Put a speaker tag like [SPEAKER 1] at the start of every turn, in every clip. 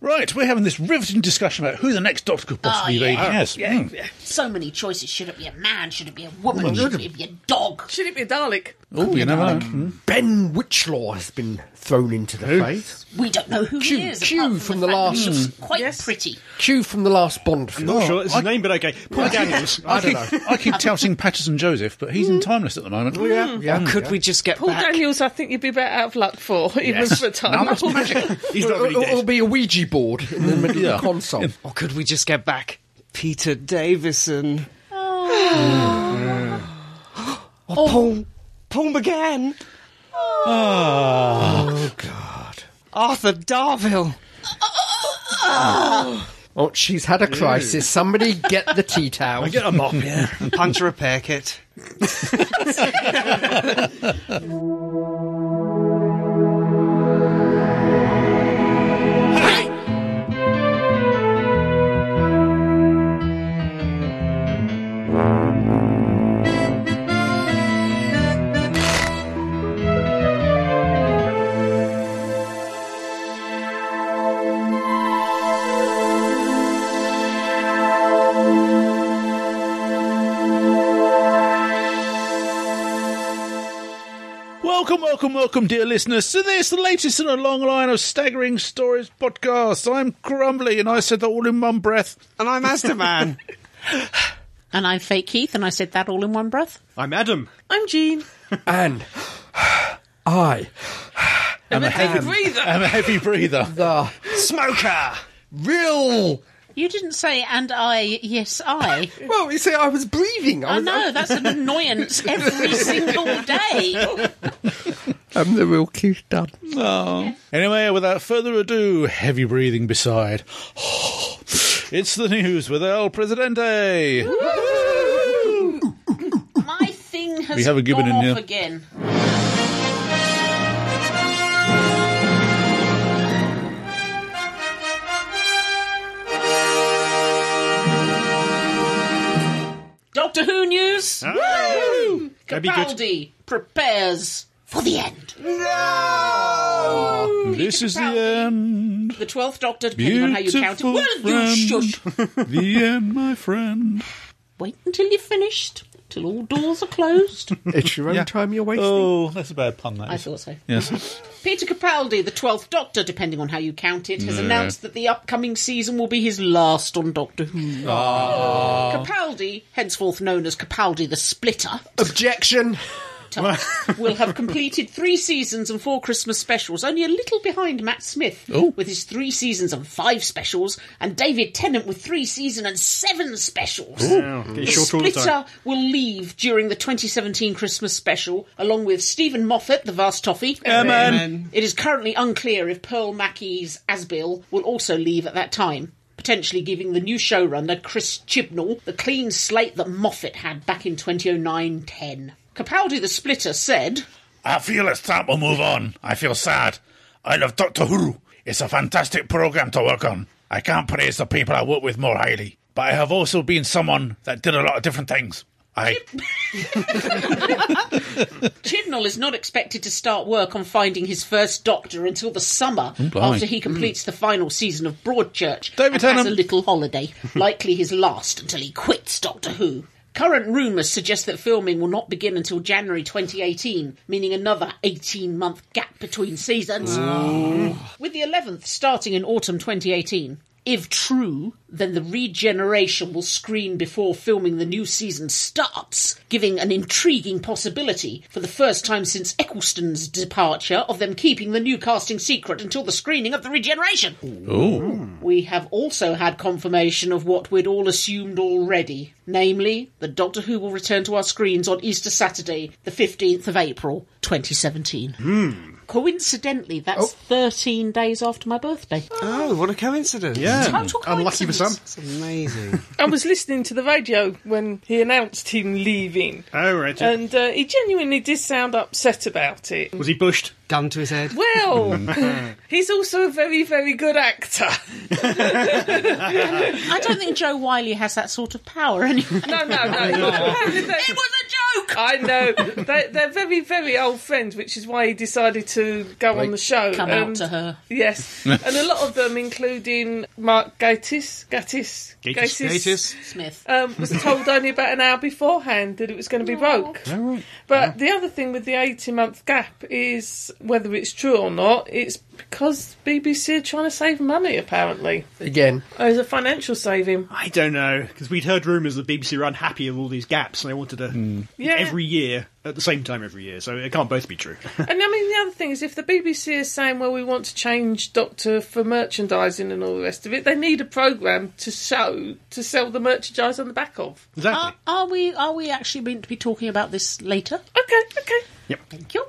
[SPEAKER 1] Right, we're having this riveting discussion about who the next doctor could possibly
[SPEAKER 2] yeah.
[SPEAKER 1] be. Yes. Mm.
[SPEAKER 2] So many choices. Should it be a man? Should it be a
[SPEAKER 3] Oh,
[SPEAKER 2] woman?
[SPEAKER 1] Woman.
[SPEAKER 2] Should it be a dog?
[SPEAKER 4] Should it be a Dalek?
[SPEAKER 1] Oh, you never know. Mm.
[SPEAKER 3] Ben Witchlaw has been thrown into the fray.
[SPEAKER 2] We don't know who
[SPEAKER 3] Q-
[SPEAKER 2] he is.
[SPEAKER 3] Q
[SPEAKER 2] apart
[SPEAKER 3] from
[SPEAKER 2] the
[SPEAKER 3] the
[SPEAKER 2] fact that
[SPEAKER 3] last-
[SPEAKER 2] He looks quite
[SPEAKER 4] Yes.
[SPEAKER 2] pretty.
[SPEAKER 3] Q from the last Bond film.
[SPEAKER 5] Not sure that's his name, but okay. Paul Daniels.
[SPEAKER 1] Oh, I, keep, I keep touting Patterson Joseph, but he's in timeless at the moment.
[SPEAKER 3] Yeah, yeah,
[SPEAKER 6] Or could
[SPEAKER 3] yeah.
[SPEAKER 6] we just get
[SPEAKER 4] Paul
[SPEAKER 6] back?
[SPEAKER 4] Daniels, I think you'd be better out of luck for, even for a time.
[SPEAKER 1] Numbers magic.
[SPEAKER 5] He's not really
[SPEAKER 3] It'll, it'll
[SPEAKER 5] dead.
[SPEAKER 3] be a Ouija board in the middle of the console.
[SPEAKER 6] Or could we just get back Peter Davison? Oh, Paul, Paul McGann.
[SPEAKER 5] Ah.
[SPEAKER 6] Oh, God. Arthur Darville.
[SPEAKER 3] Oh, she's had a crisis. Somebody get the tea towel.
[SPEAKER 5] Get a mop.
[SPEAKER 6] Punch a repair kit.
[SPEAKER 1] Welcome, welcome, welcome, dear listeners, to this, the latest in a long line of staggering stories podcasts. I'm Crumbly, and I said that all in one breath.
[SPEAKER 6] And I'm Asdaman.
[SPEAKER 2] And I'm fake Keith, and I said that all in one breath.
[SPEAKER 5] I'm Adam.
[SPEAKER 4] I'm Jean.
[SPEAKER 3] And I,
[SPEAKER 1] I'm a, Um,
[SPEAKER 4] Take a
[SPEAKER 1] heavy,
[SPEAKER 4] breather.
[SPEAKER 1] I'm a heavy breather.
[SPEAKER 3] the
[SPEAKER 6] Smoker.
[SPEAKER 3] real.
[SPEAKER 2] You didn't say, and I, yes, I.
[SPEAKER 3] Well, you see, I was breathing. I
[SPEAKER 2] I
[SPEAKER 3] was,
[SPEAKER 2] know, that's an annoyance every single day.
[SPEAKER 3] I'm the real Keith Dunn.
[SPEAKER 1] Anyway, without further ado, heavy breathing beside. It's the news with El Presidente.
[SPEAKER 2] My thing has
[SPEAKER 1] We have a gibbon
[SPEAKER 2] gone
[SPEAKER 1] in
[SPEAKER 2] off
[SPEAKER 1] here.
[SPEAKER 2] again. Doctor Who news.
[SPEAKER 1] Ah.
[SPEAKER 5] That'd be good.
[SPEAKER 2] Capaldi prepares for the end.
[SPEAKER 1] Ah, This is the end.
[SPEAKER 2] The twelfth Doctor, depending on how you count it.
[SPEAKER 1] Beautiful
[SPEAKER 2] Well, you
[SPEAKER 1] friend.
[SPEAKER 2] shush.
[SPEAKER 1] The end, my friend.
[SPEAKER 2] Wait until you've finished. Till all doors are closed.
[SPEAKER 3] It's your own time you're wasting.
[SPEAKER 1] Oh, that's a bad pun, that
[SPEAKER 2] I
[SPEAKER 1] is.
[SPEAKER 2] thought so.
[SPEAKER 1] Yes.
[SPEAKER 2] Peter Capaldi, the 12th Doctor, depending on how you count it, has announced that the upcoming season will be his last on Doctor Who. Capaldi, henceforth known as Capaldi the Splitter,
[SPEAKER 3] Objection.
[SPEAKER 2] will have completed three seasons and four Christmas specials, only a little behind Matt Smith with his three seasons and five specials, and David Tennant with three season and seven specials.
[SPEAKER 5] Get
[SPEAKER 2] The
[SPEAKER 5] short all the time.
[SPEAKER 2] Splitter will leave during the 2017 Christmas special, along with Stephen Moffat, the Vast Toffee.
[SPEAKER 6] Amen.
[SPEAKER 2] It is currently unclear if Pearl Mackey's Asbill will also leave at that time, potentially giving the new showrunner, Chris Chibnall, the clean slate that Moffat had back in 2009 10. Capaldi the Splitter said,
[SPEAKER 1] I feel it's time to move on. I feel sad. I love Doctor Who. It's a fantastic program to work on. I can't praise the people I work with more highly, but I have also been someone that did a lot of different things. I
[SPEAKER 2] Chibnall is not expected to start work on finding his first Doctor until the summer
[SPEAKER 1] blimey.
[SPEAKER 2] after he completes the final season of Broadchurch
[SPEAKER 1] David
[SPEAKER 2] and has
[SPEAKER 1] Tennant.
[SPEAKER 2] a little holiday, likely his last until he quits Doctor Who. Current rumours suggest that filming will not begin until January 2018, meaning another 18 month gap between seasons. With the 11th starting in autumn 2018. If true, then the regeneration will screen before filming the new season starts, giving an intriguing possibility for the first time since Eccleston's departure of them keeping the new casting secret until the screening of the regeneration. We have also had confirmation of what we'd all assumed already, namely that Doctor Who will return to our screens on Easter Saturday, the 15th of April, 2017. Hmm. Coincidentally, that's 13 days after my birthday.
[SPEAKER 6] Oh, what a coincidence.
[SPEAKER 5] Yeah.
[SPEAKER 2] Total
[SPEAKER 3] Unlucky for
[SPEAKER 2] Hmm.
[SPEAKER 3] some.
[SPEAKER 2] coincidence.
[SPEAKER 6] It's amazing.
[SPEAKER 4] I was listening to the radio when he announced him leaving.
[SPEAKER 5] Oh, right. yeah.
[SPEAKER 4] And uh, he genuinely did sound upset about it.
[SPEAKER 5] Was he bushed?
[SPEAKER 6] Gun to his head.
[SPEAKER 4] Well, he's also a very, very good actor.
[SPEAKER 2] I don't think Joe Wiley has that sort of power anyway.
[SPEAKER 4] No, no, no.
[SPEAKER 2] it was a bloke.
[SPEAKER 4] I know they, they're very, very old friends, which is why he decided to go on the show.
[SPEAKER 2] Come out to her.
[SPEAKER 4] Yes, and a lot of them, including Mark Gatiss, Gatiss,
[SPEAKER 5] Gatiss.
[SPEAKER 2] Smith.
[SPEAKER 4] um, was told only about an hour beforehand that it was going to be broke. But the other thing with the 18 month gap is whether it's true or not, it's because BBC are trying to save money, apparently.
[SPEAKER 3] Again,
[SPEAKER 4] As a financial saving.
[SPEAKER 5] I don't know because we'd heard rumours that BBC were unhappy with all these gaps, and they wanted to
[SPEAKER 1] Hmm.
[SPEAKER 4] Yeah.
[SPEAKER 5] every year at the same time every year. So it can't both be true.
[SPEAKER 4] And I mean, the other thing is if the BBC is saying, well, we want to change Doctor for merchandising and all the rest of it, they need a programme to show, to sell the merchandise on the back of.
[SPEAKER 5] exactly.
[SPEAKER 2] Are, are we are we actually meant to be talking about this later?
[SPEAKER 4] Okay, okay.
[SPEAKER 2] Thank you.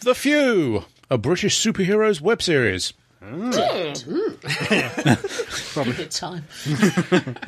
[SPEAKER 1] The Few, a British superheroes web series.
[SPEAKER 2] Good time.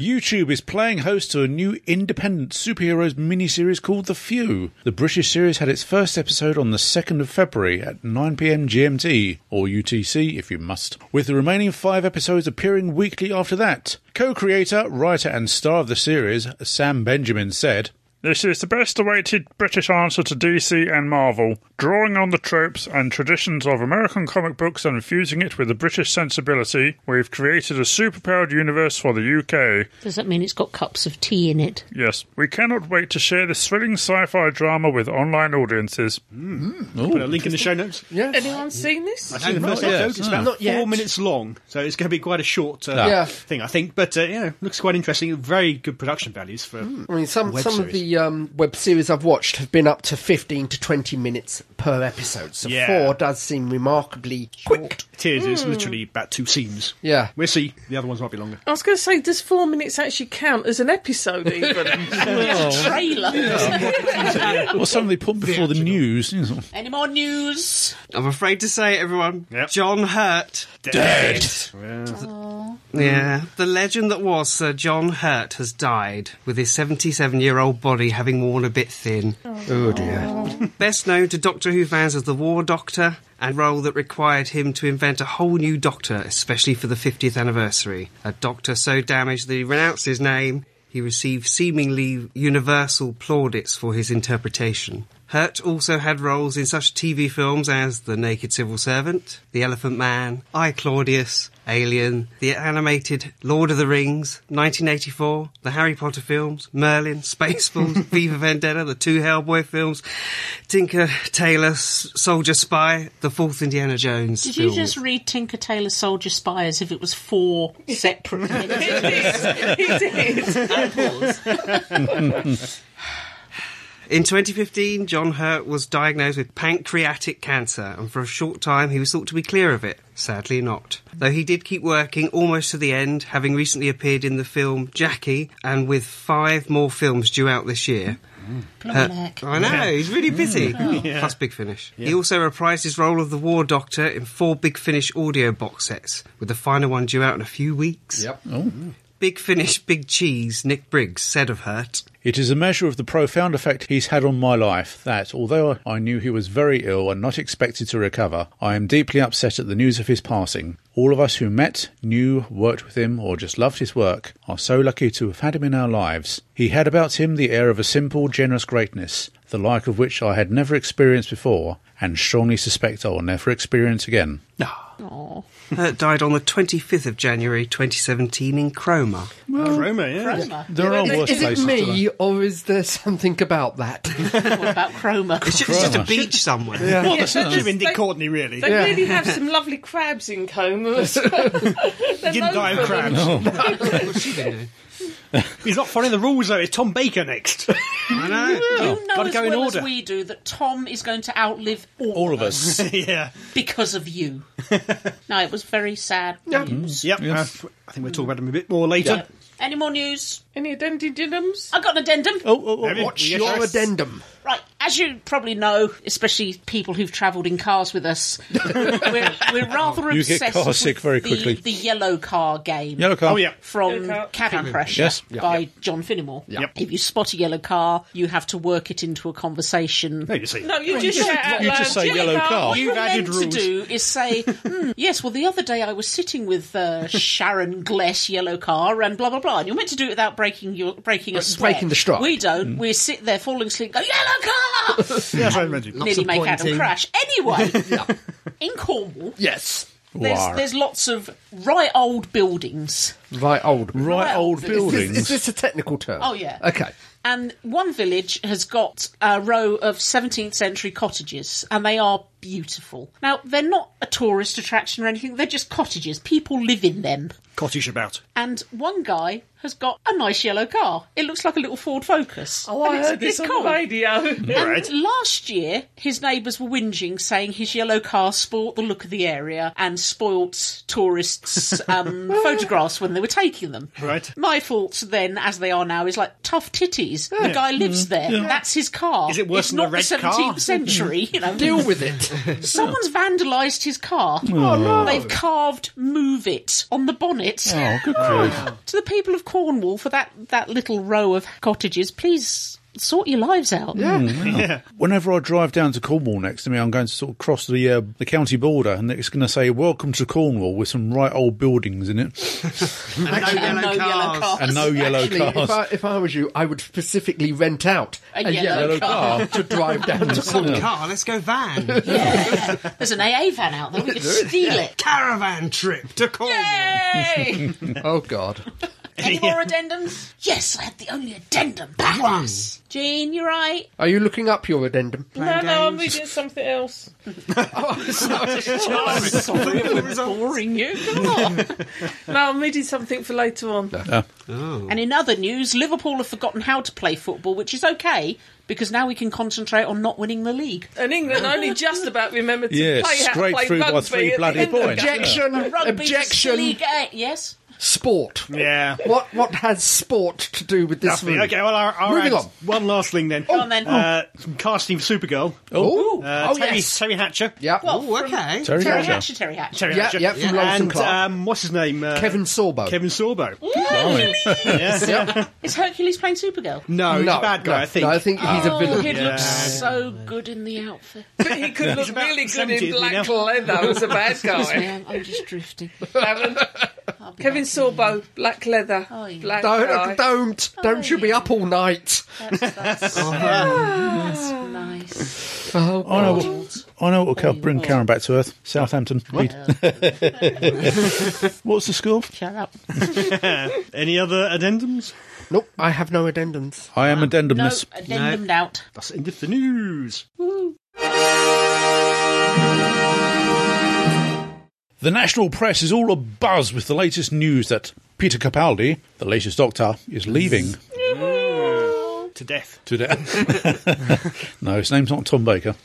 [SPEAKER 1] YouTube is playing host to a new independent superheroes miniseries called The Few. The British series had its first episode on the 2nd of February at 9pm GMT, or UTC if you must, with the remaining five episodes appearing weekly after that. Co creator, writer, and star of the series, Sam Benjamin said,
[SPEAKER 7] This is the best awaited British answer to DC and Marvel, drawing on the tropes and traditions of American comic books and infusing it with the British sensibility. We've created a superpowered universe for the UK.
[SPEAKER 2] Does that mean it's got cups of tea in it?
[SPEAKER 7] Yes, we cannot wait to share this thrilling sci fi drama with online audiences.
[SPEAKER 5] Put a link in the show notes.
[SPEAKER 4] Anyone seen this?
[SPEAKER 5] I've seen the first
[SPEAKER 1] not yet,
[SPEAKER 5] episode. It's
[SPEAKER 1] no.
[SPEAKER 5] about
[SPEAKER 3] Not
[SPEAKER 5] four
[SPEAKER 3] yet.
[SPEAKER 5] minutes long, so it's going to be quite a short uh,
[SPEAKER 3] Yeah.
[SPEAKER 5] thing, I think. But uh, yeah, looks quite interesting. Very good production values for.
[SPEAKER 3] I mean, some
[SPEAKER 5] Web
[SPEAKER 3] some of
[SPEAKER 5] series.
[SPEAKER 3] the um, web series I've watched have been up to fifteen to twenty minutes per episode. So
[SPEAKER 5] Yeah.
[SPEAKER 3] four does seem remarkably quick.
[SPEAKER 5] It is. It's literally about two scenes.
[SPEAKER 3] Yeah.
[SPEAKER 5] We'll see. The other ones might be longer.
[SPEAKER 4] I was going to say, does four minutes actually count as an episode, even?
[SPEAKER 2] Trailer.
[SPEAKER 1] Well, something they put before the news.
[SPEAKER 2] Any more news?
[SPEAKER 6] I'm afraid to say, it, everyone.
[SPEAKER 5] Yep.
[SPEAKER 6] John Hurt.
[SPEAKER 1] Dead!
[SPEAKER 3] Mm.
[SPEAKER 6] Yeah. The legend that was Sir John Hurt has died, with his 77 year old body having worn a bit thin.
[SPEAKER 3] Oh dear.
[SPEAKER 6] Best known to Doctor Who fans as the War Doctor, and role that required him to invent a whole new Doctor, especially for the 50th anniversary. A Doctor so damaged that he renounced his name. He received seemingly universal plaudits for his interpretation. Hurt also had roles in such TV films as The Naked Civil Servant, The Elephant Man, I Claudius, Alien, the animated Lord of the Rings, 1984, the Harry Potter films, Merlin, Spaceballs, Viva Vendetta, the two Hellboy films, Tinker Tailor S- Soldier Spy, the fourth Indiana Jones
[SPEAKER 2] Did
[SPEAKER 6] film.
[SPEAKER 2] you just read Tinker Tailor Soldier Spy as if it was four separate
[SPEAKER 4] he did. He did.
[SPEAKER 2] apples?
[SPEAKER 6] In 2015, John Hurt was diagnosed with pancreatic cancer, and for a short time he was thought to be clear of it. Sadly, not. Though he did keep working almost to the end, having recently appeared in the film Jackie and with five more films due out this year. Uh,
[SPEAKER 1] Uh,
[SPEAKER 2] Blumlack.
[SPEAKER 6] I know, he's really busy. Oh, Plus Big Finish. He also reprised his role of the War Doctor in four Big Finish audio box sets, with the final one due out in a few weeks.
[SPEAKER 3] Yep.
[SPEAKER 6] Big Finish, Big Cheese, Nick Briggs said of Hurt.
[SPEAKER 1] It is a measure of the profound effect he's had on my life that, although I knew he was very ill and not expected to recover, I am deeply upset at the news of his passing. All of us who met, knew, worked with him, or just loved his work are so lucky to have had him in our lives. He had about him the air of a simple, generous greatness, the like of which I had never experienced before, and strongly suspect I will never experience again.
[SPEAKER 6] Hurt died on the 25th of January 2017 in
[SPEAKER 2] Oh,
[SPEAKER 6] Cromer.
[SPEAKER 5] Chroma, yeah.
[SPEAKER 1] There are worse
[SPEAKER 3] Is it
[SPEAKER 1] places to
[SPEAKER 3] me, or is there something about that?
[SPEAKER 2] What about Chroma?
[SPEAKER 6] It's just, it's just a beach somewhere.
[SPEAKER 5] Well, that's should have been Dick Courtney, really.
[SPEAKER 4] They
[SPEAKER 5] He
[SPEAKER 4] really have some lovely crabs in Coma.
[SPEAKER 5] didn't die of crabs.
[SPEAKER 6] What's she been doing?
[SPEAKER 5] He's not following the rules, though. It's Tom Baker next.
[SPEAKER 6] I know.
[SPEAKER 2] You know
[SPEAKER 5] gotta
[SPEAKER 2] as
[SPEAKER 5] go in
[SPEAKER 2] well
[SPEAKER 5] order.
[SPEAKER 2] as we do that Tom is going to outlive all,
[SPEAKER 1] All of us.
[SPEAKER 5] yeah.
[SPEAKER 2] because of you. no, it was very sad
[SPEAKER 1] Mm.
[SPEAKER 2] news.
[SPEAKER 5] Yep. Uh, I think we'll talk about him a bit more later.
[SPEAKER 2] Any more news?
[SPEAKER 4] Any addendums?
[SPEAKER 2] I got an addendum.
[SPEAKER 1] Oh, oh, oh.
[SPEAKER 5] Have you-
[SPEAKER 3] What's
[SPEAKER 5] yes,
[SPEAKER 3] your
[SPEAKER 5] yes.
[SPEAKER 3] addendum?
[SPEAKER 2] Right, as you probably know, especially people who've travelled in cars with us, we're, we're rather
[SPEAKER 1] You get
[SPEAKER 2] obsessed
[SPEAKER 1] car
[SPEAKER 2] with
[SPEAKER 1] sick very
[SPEAKER 2] the-
[SPEAKER 1] quickly.
[SPEAKER 2] The, yellow car game.
[SPEAKER 1] Yellow car.
[SPEAKER 5] Oh, yeah.
[SPEAKER 2] From
[SPEAKER 4] Yellow car.
[SPEAKER 2] Cabin Pressure
[SPEAKER 1] Yes.
[SPEAKER 2] by John Finnemore. If you spot a yellow car, you have to work it into a conversation.
[SPEAKER 5] No, you see.
[SPEAKER 2] Oh,
[SPEAKER 4] No, you just, shout out
[SPEAKER 1] you
[SPEAKER 4] loud,
[SPEAKER 1] just say
[SPEAKER 4] "Jimmy
[SPEAKER 1] yellow
[SPEAKER 4] Carr,
[SPEAKER 1] car.
[SPEAKER 2] what you're
[SPEAKER 5] You've added
[SPEAKER 2] meant
[SPEAKER 5] rules.
[SPEAKER 2] to do is say, "Hmm, yes, well, the other day I was sitting with uh, Sharon Gless, yellow car, and blah, blah, blah. And you're meant to do it without breaking your breaking a sweat.
[SPEAKER 3] breaking the stride.
[SPEAKER 2] We don't. We sit there falling asleep, go, yellow car!
[SPEAKER 5] Yes, I imagine.
[SPEAKER 2] Nearly
[SPEAKER 6] of
[SPEAKER 2] make Adam
[SPEAKER 6] pointing.
[SPEAKER 2] crash. Anyway, in Cornwall,
[SPEAKER 3] Yes.
[SPEAKER 2] there's,
[SPEAKER 1] War.
[SPEAKER 2] there's lots of right old buildings.
[SPEAKER 3] Right, old.
[SPEAKER 1] right
[SPEAKER 2] Well,
[SPEAKER 1] old
[SPEAKER 2] this-
[SPEAKER 3] Is this,
[SPEAKER 1] buildings.
[SPEAKER 3] is this a technical term?
[SPEAKER 2] Oh, yeah.
[SPEAKER 3] Okay.
[SPEAKER 2] And one village has got a row of 17th century cottages, and they are beautiful. Now, they're not a tourist attraction or anything, they're just cottages. People live in them.
[SPEAKER 5] Cottage about.
[SPEAKER 2] And one guy has got a nice yellow car. It looks like a little Ford Focus.
[SPEAKER 4] Oh, I
[SPEAKER 2] And it's-
[SPEAKER 4] heard this
[SPEAKER 2] it's
[SPEAKER 4] on
[SPEAKER 2] cool.
[SPEAKER 4] the radio.
[SPEAKER 2] And last year, his neighbours were whinging, saying his yellow car spoilt the look of the area and spoilt tourists' um, photographs when they were taking them.
[SPEAKER 5] Right.
[SPEAKER 2] My thoughts then, as they are now, is like tough titties. The guy lives there. That's his car.
[SPEAKER 5] Mm-hmm. Is it worse
[SPEAKER 2] it's
[SPEAKER 5] than
[SPEAKER 2] not
[SPEAKER 5] the red
[SPEAKER 2] the 17th
[SPEAKER 5] car?
[SPEAKER 2] century? You know,
[SPEAKER 3] Deal with it.
[SPEAKER 2] someone's vandalised his car.
[SPEAKER 5] Oh,
[SPEAKER 2] They've carved "Move It" on the bonnet
[SPEAKER 1] oh, good grief.
[SPEAKER 2] to the people of Cornwall for that, that little row of cottages, please sort your lives out. Mm.
[SPEAKER 3] Oh,
[SPEAKER 1] Whenever I drive down to Cornwall next to me, I'm going to sort of cross the uh, the county border, and it's going to say "Welcome to Cornwall" with some right old buildings in it
[SPEAKER 6] And no
[SPEAKER 2] And no
[SPEAKER 6] yellow
[SPEAKER 2] yellow
[SPEAKER 6] cars.
[SPEAKER 2] cars.
[SPEAKER 1] and no yellow
[SPEAKER 3] Actually, if
[SPEAKER 1] cars.
[SPEAKER 3] I, if I was you, I would specifically rent out
[SPEAKER 2] A
[SPEAKER 3] a,
[SPEAKER 2] yellow
[SPEAKER 3] yellow,
[SPEAKER 1] car.
[SPEAKER 3] car to drive down to Cornwall.
[SPEAKER 6] Car, let's go van.
[SPEAKER 2] There's an AA van out there. We could steal it.
[SPEAKER 6] Caravan trip to Cornwall.
[SPEAKER 2] Yay!
[SPEAKER 3] Oh, God.
[SPEAKER 2] Any more addendums? Yes, I had the only addendum.
[SPEAKER 6] One.
[SPEAKER 2] Badass. Gene, you're right.
[SPEAKER 3] Are you looking up your addendum?
[SPEAKER 4] no, no, I'm reading something else.
[SPEAKER 2] Oh, Sorry, we're boring you. Come on.
[SPEAKER 4] No, I'm reading something for later on.
[SPEAKER 2] and in other news, Liverpool have forgotten how to play football, which is okay because now we can concentrate on not winning the league.
[SPEAKER 4] And England only just about remembered to
[SPEAKER 1] Yeah,
[SPEAKER 4] play how to
[SPEAKER 1] straight
[SPEAKER 4] play
[SPEAKER 1] through by
[SPEAKER 4] rugby
[SPEAKER 1] three
[SPEAKER 4] at the
[SPEAKER 1] bloody
[SPEAKER 4] end of the
[SPEAKER 1] points.
[SPEAKER 4] game.
[SPEAKER 3] Objection!
[SPEAKER 2] Rugby's
[SPEAKER 3] Objection!
[SPEAKER 2] League A. Yes.
[SPEAKER 3] Sport.
[SPEAKER 5] Yeah.
[SPEAKER 3] What what has sport to do with this?
[SPEAKER 5] Nothing.
[SPEAKER 3] room?
[SPEAKER 5] Okay, well, our, our
[SPEAKER 3] Moving
[SPEAKER 5] ads-
[SPEAKER 3] on.
[SPEAKER 5] One last thing then.
[SPEAKER 2] on then.
[SPEAKER 5] Uh, some casting for Supergirl.
[SPEAKER 3] Oh,
[SPEAKER 5] Uh,
[SPEAKER 3] oh
[SPEAKER 5] Terry,
[SPEAKER 3] yes.
[SPEAKER 5] Terry Hatcher.
[SPEAKER 3] Yeah.
[SPEAKER 2] Well,
[SPEAKER 6] Oh,
[SPEAKER 2] from
[SPEAKER 6] okay.
[SPEAKER 1] Terry
[SPEAKER 2] Terry
[SPEAKER 1] Hatcher.
[SPEAKER 2] Hatcher, Terry Hatcher.
[SPEAKER 5] Terry
[SPEAKER 3] Yeah,
[SPEAKER 5] Hatcher.
[SPEAKER 3] yeah, from Lois and
[SPEAKER 5] and
[SPEAKER 3] Clark.
[SPEAKER 5] um, what's his name? Uh,
[SPEAKER 3] Kevin Sorbo.
[SPEAKER 5] Kevin Sorbo.
[SPEAKER 1] Blimey.
[SPEAKER 2] Is Hercules playing Supergirl?
[SPEAKER 5] No, he's
[SPEAKER 3] No,
[SPEAKER 5] a bad guy,
[SPEAKER 3] no,
[SPEAKER 5] I think.
[SPEAKER 3] no, I think he's a
[SPEAKER 2] Oh,
[SPEAKER 3] villain.
[SPEAKER 2] he
[SPEAKER 5] Yeah.
[SPEAKER 2] looks so good in the outfit.
[SPEAKER 4] But he could look
[SPEAKER 5] about
[SPEAKER 4] really good
[SPEAKER 5] 70s,
[SPEAKER 4] in
[SPEAKER 5] you
[SPEAKER 4] black
[SPEAKER 5] know.
[SPEAKER 4] leather as a bad guy.
[SPEAKER 2] Yeah, I'm just drifting.
[SPEAKER 4] Kevin- Kevin Sorbo, black leather,
[SPEAKER 2] Oh, yeah.
[SPEAKER 4] black guy.
[SPEAKER 3] Don't, don't, don't you be
[SPEAKER 2] yeah.
[SPEAKER 3] up all night.
[SPEAKER 2] That's, that's nice.
[SPEAKER 3] Oh,
[SPEAKER 1] I know.
[SPEAKER 3] God.
[SPEAKER 1] What, I know what will help bring Karen back to Earth. Southampton. What's the score?
[SPEAKER 2] Shut up.
[SPEAKER 5] Any other addendums?
[SPEAKER 3] Nope, I have no addendums.
[SPEAKER 1] I am
[SPEAKER 2] No,
[SPEAKER 1] addendumness.
[SPEAKER 2] addendum out.
[SPEAKER 5] That's the end of the news.
[SPEAKER 1] The national press is all abuzz with the latest news that Peter Capaldi, the latest Doctor, is leaving
[SPEAKER 5] To death.
[SPEAKER 1] today. no, his name's not Tom Baker.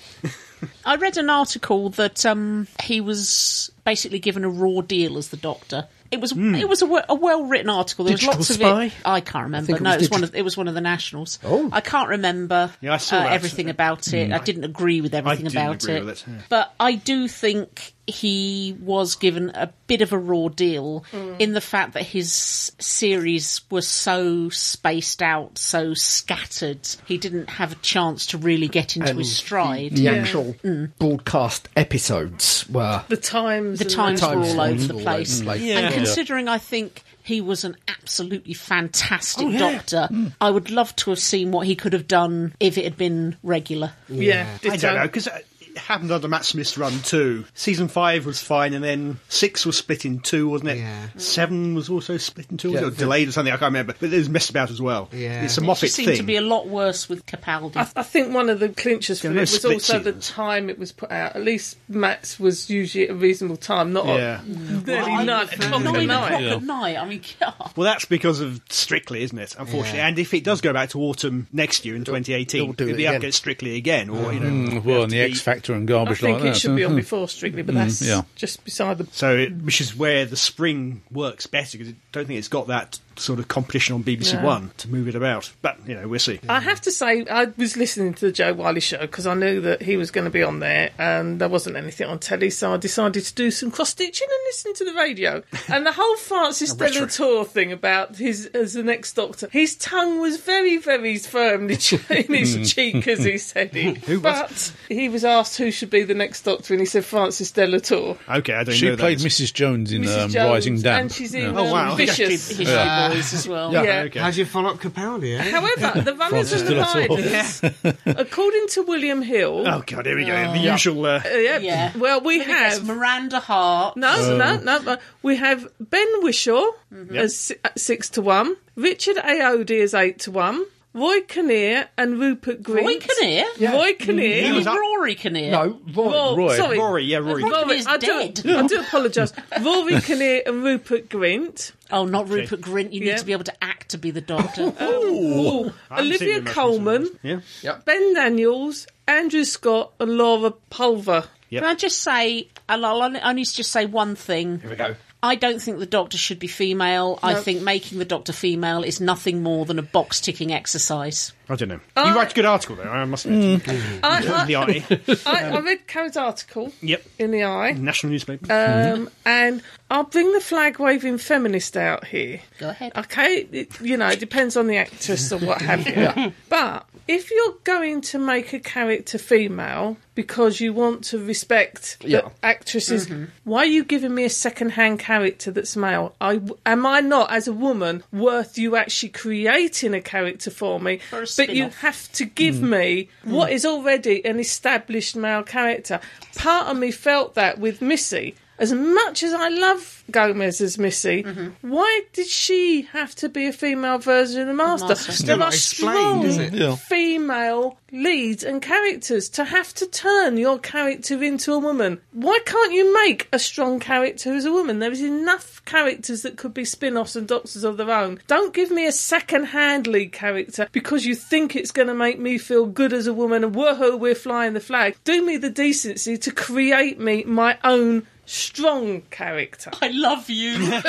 [SPEAKER 2] I read an article that um, he was basically given a raw deal as the Doctor. It was it was a, we- a well written article. There
[SPEAKER 3] Digital
[SPEAKER 2] was lots
[SPEAKER 3] Spy?
[SPEAKER 2] of it. I can't remember.
[SPEAKER 3] think it
[SPEAKER 2] no,
[SPEAKER 3] was
[SPEAKER 2] it was one
[SPEAKER 3] digi-
[SPEAKER 2] of it was one of the Nationals.
[SPEAKER 3] Oh.
[SPEAKER 2] I can't remember
[SPEAKER 5] Yeah, I saw
[SPEAKER 2] uh,
[SPEAKER 5] that.
[SPEAKER 2] everything about it. I didn't agree with everything
[SPEAKER 5] didn't
[SPEAKER 2] about
[SPEAKER 5] agree
[SPEAKER 2] it.
[SPEAKER 5] with it, yeah.
[SPEAKER 2] But I do think he was given a bit of a raw deal in the fact that his series were so spaced out, so scattered. He didn't have a chance to really get into his stride.
[SPEAKER 3] The actual broadcast episodes were.
[SPEAKER 4] The Times.
[SPEAKER 2] The
[SPEAKER 4] and
[SPEAKER 2] times were
[SPEAKER 3] Times
[SPEAKER 2] all
[SPEAKER 3] were
[SPEAKER 2] over the
[SPEAKER 3] all over
[SPEAKER 2] place.
[SPEAKER 3] the place.
[SPEAKER 5] Yeah.
[SPEAKER 2] And considering I think he was an absolutely fantastic doctor, I would love to have seen what he could have done if it had been regular.
[SPEAKER 4] Yeah.
[SPEAKER 5] I don't know, because uh, it happened under Matt Smith's run too. Season 5 was fine, and then 6 was split in two, wasn't it?
[SPEAKER 6] Yeah.
[SPEAKER 5] 7 was also split in two,
[SPEAKER 3] Yeah.
[SPEAKER 5] or delayed or something, I can't remember. But it was messed about as well.
[SPEAKER 6] Yeah.
[SPEAKER 5] It's a
[SPEAKER 6] It
[SPEAKER 2] It
[SPEAKER 5] Moffat
[SPEAKER 2] just
[SPEAKER 5] thing.
[SPEAKER 2] seemed to be a lot worse with Capaldi.
[SPEAKER 4] I, I think one of the clinchers for
[SPEAKER 5] Yeah,
[SPEAKER 4] it
[SPEAKER 5] no
[SPEAKER 4] was
[SPEAKER 5] split
[SPEAKER 4] also the
[SPEAKER 5] seasons.
[SPEAKER 4] time it was put out. At least Matt's was usually at a reasonable time, not
[SPEAKER 5] Yeah.
[SPEAKER 4] at nearly nine o'clock at
[SPEAKER 2] Nine o'clock
[SPEAKER 4] night.
[SPEAKER 2] at night. I mean, God.
[SPEAKER 5] Well, that's because of Strictly, isn't it? Unfortunately,
[SPEAKER 6] Yeah.
[SPEAKER 5] and if it does go back to autumn next year in 2018,
[SPEAKER 3] it'll
[SPEAKER 5] it'll,
[SPEAKER 3] do it
[SPEAKER 5] be up
[SPEAKER 3] again.
[SPEAKER 5] against Strictly again, or you know,
[SPEAKER 4] Hmm,
[SPEAKER 1] Well, and the
[SPEAKER 5] to be-
[SPEAKER 1] X Factor and
[SPEAKER 4] I
[SPEAKER 1] garbage like
[SPEAKER 4] think it
[SPEAKER 1] that. Mm-hmm.
[SPEAKER 4] should be on before Strictly, but that's
[SPEAKER 1] yeah.
[SPEAKER 4] just beside the.
[SPEAKER 5] so it, which is where the spring works better because I don't think it's got that sort of competition on BBC One to move it about. But, you know, we'll see.
[SPEAKER 4] I have to say, I was listening to the Joe Wiley show because I knew that he was going to be on there and there wasn't anything on telly, so I decided to do some cross stitching and listen to the radio. And the whole Francis Delator thing about his as the next doctor, his tongue was very, very firmly in his cheek as he said it. but he was asked who should be the next doctor and he said Francis Delator.
[SPEAKER 5] Okay, I don't know.
[SPEAKER 1] She
[SPEAKER 5] that.
[SPEAKER 1] played Mrs. Jones in
[SPEAKER 4] Mrs.
[SPEAKER 1] um,
[SPEAKER 4] Jones,
[SPEAKER 1] Rising Dan.
[SPEAKER 4] And she's in
[SPEAKER 5] Oh,
[SPEAKER 4] um,
[SPEAKER 5] wow.
[SPEAKER 4] Vicious.
[SPEAKER 2] History, boys as well.
[SPEAKER 5] Yeah,
[SPEAKER 4] yeah.
[SPEAKER 5] okay.
[SPEAKER 6] How's your follow up Capaldi, eh?
[SPEAKER 4] However, the runners
[SPEAKER 1] Francis
[SPEAKER 4] and the
[SPEAKER 1] Delator.
[SPEAKER 4] riders, according to William Hill,
[SPEAKER 5] Oh, God, here we go. the usual. Uh,
[SPEAKER 4] Uh, yeah.
[SPEAKER 2] Yeah.
[SPEAKER 4] Well, we
[SPEAKER 2] Yes,
[SPEAKER 4] have.
[SPEAKER 2] Miranda Hart.
[SPEAKER 4] No, no,
[SPEAKER 5] Um,
[SPEAKER 4] no, no. We have Ben Wishaw
[SPEAKER 2] Mm-hmm.
[SPEAKER 4] as si- at six to one, Richard Aod as eight to one, Roy Kinnear and Rupert Green.
[SPEAKER 2] Roy Kinnear?
[SPEAKER 4] Roy Kinnear.
[SPEAKER 2] You
[SPEAKER 5] was
[SPEAKER 2] mean
[SPEAKER 5] up-
[SPEAKER 2] Rory Kinnear?
[SPEAKER 3] No, Roy.
[SPEAKER 4] Roy-
[SPEAKER 1] Roy.
[SPEAKER 4] Sorry,
[SPEAKER 5] Rory, yeah, Rory.
[SPEAKER 2] Rory
[SPEAKER 4] Rory,
[SPEAKER 2] is
[SPEAKER 4] I do,
[SPEAKER 2] dead.
[SPEAKER 4] I do apologise. Rory Kinnear and Rupert Grint.
[SPEAKER 2] Oh, not Rupert Grint. You need
[SPEAKER 4] Yeah.
[SPEAKER 2] to be able to act to be the doctor.
[SPEAKER 4] Ooh,
[SPEAKER 5] haven't seen
[SPEAKER 4] Olivia
[SPEAKER 5] him much
[SPEAKER 4] Coleman,
[SPEAKER 5] recently. Yeah.
[SPEAKER 4] Ben Daniels, Andrew Scott, and Laura Pulver.
[SPEAKER 2] Can I just say, and I'll only, only just say one thing. Here we go. I don't think the doctor should be female. I think making the doctor female is nothing more than a box ticking exercise.
[SPEAKER 5] I don't know. you write a good article, though, I must admit.
[SPEAKER 4] I,
[SPEAKER 5] The eye.
[SPEAKER 4] I, I, I read Karen's article
[SPEAKER 5] Yep.
[SPEAKER 4] in the Eye.
[SPEAKER 5] National newspaper.
[SPEAKER 4] Um, and I'll bring the flag waving feminist out here.
[SPEAKER 2] Go ahead.
[SPEAKER 4] Okay, it, you know, it depends on the actress or what have you. But if you're going to make a character female because you want to respect the actresses, why are you giving me a second hand character that's male? I, am I not, as a woman, worth you actually creating a character for me?
[SPEAKER 2] For a
[SPEAKER 4] but you
[SPEAKER 2] spin-off.
[SPEAKER 4] have to give me what is already an established male character. Part of me felt that with Missy. As much as I love Gomez as Missy, why did she have to be a female version of the Master?
[SPEAKER 2] Master. It's
[SPEAKER 6] still
[SPEAKER 4] There
[SPEAKER 6] not
[SPEAKER 4] are
[SPEAKER 6] explained,
[SPEAKER 4] strong
[SPEAKER 6] is it?
[SPEAKER 1] Yeah.
[SPEAKER 4] female leads and characters to have to turn your character into a woman. Why can't you make a strong character as a woman? There is enough characters that could be spin offs and doctors of their own. Don't give me a second hand lead character because you think it's going to make me feel good as a woman and woohoo, we're flying the flag. Do me the decency to create me my own. Strong character.
[SPEAKER 2] I love you. There's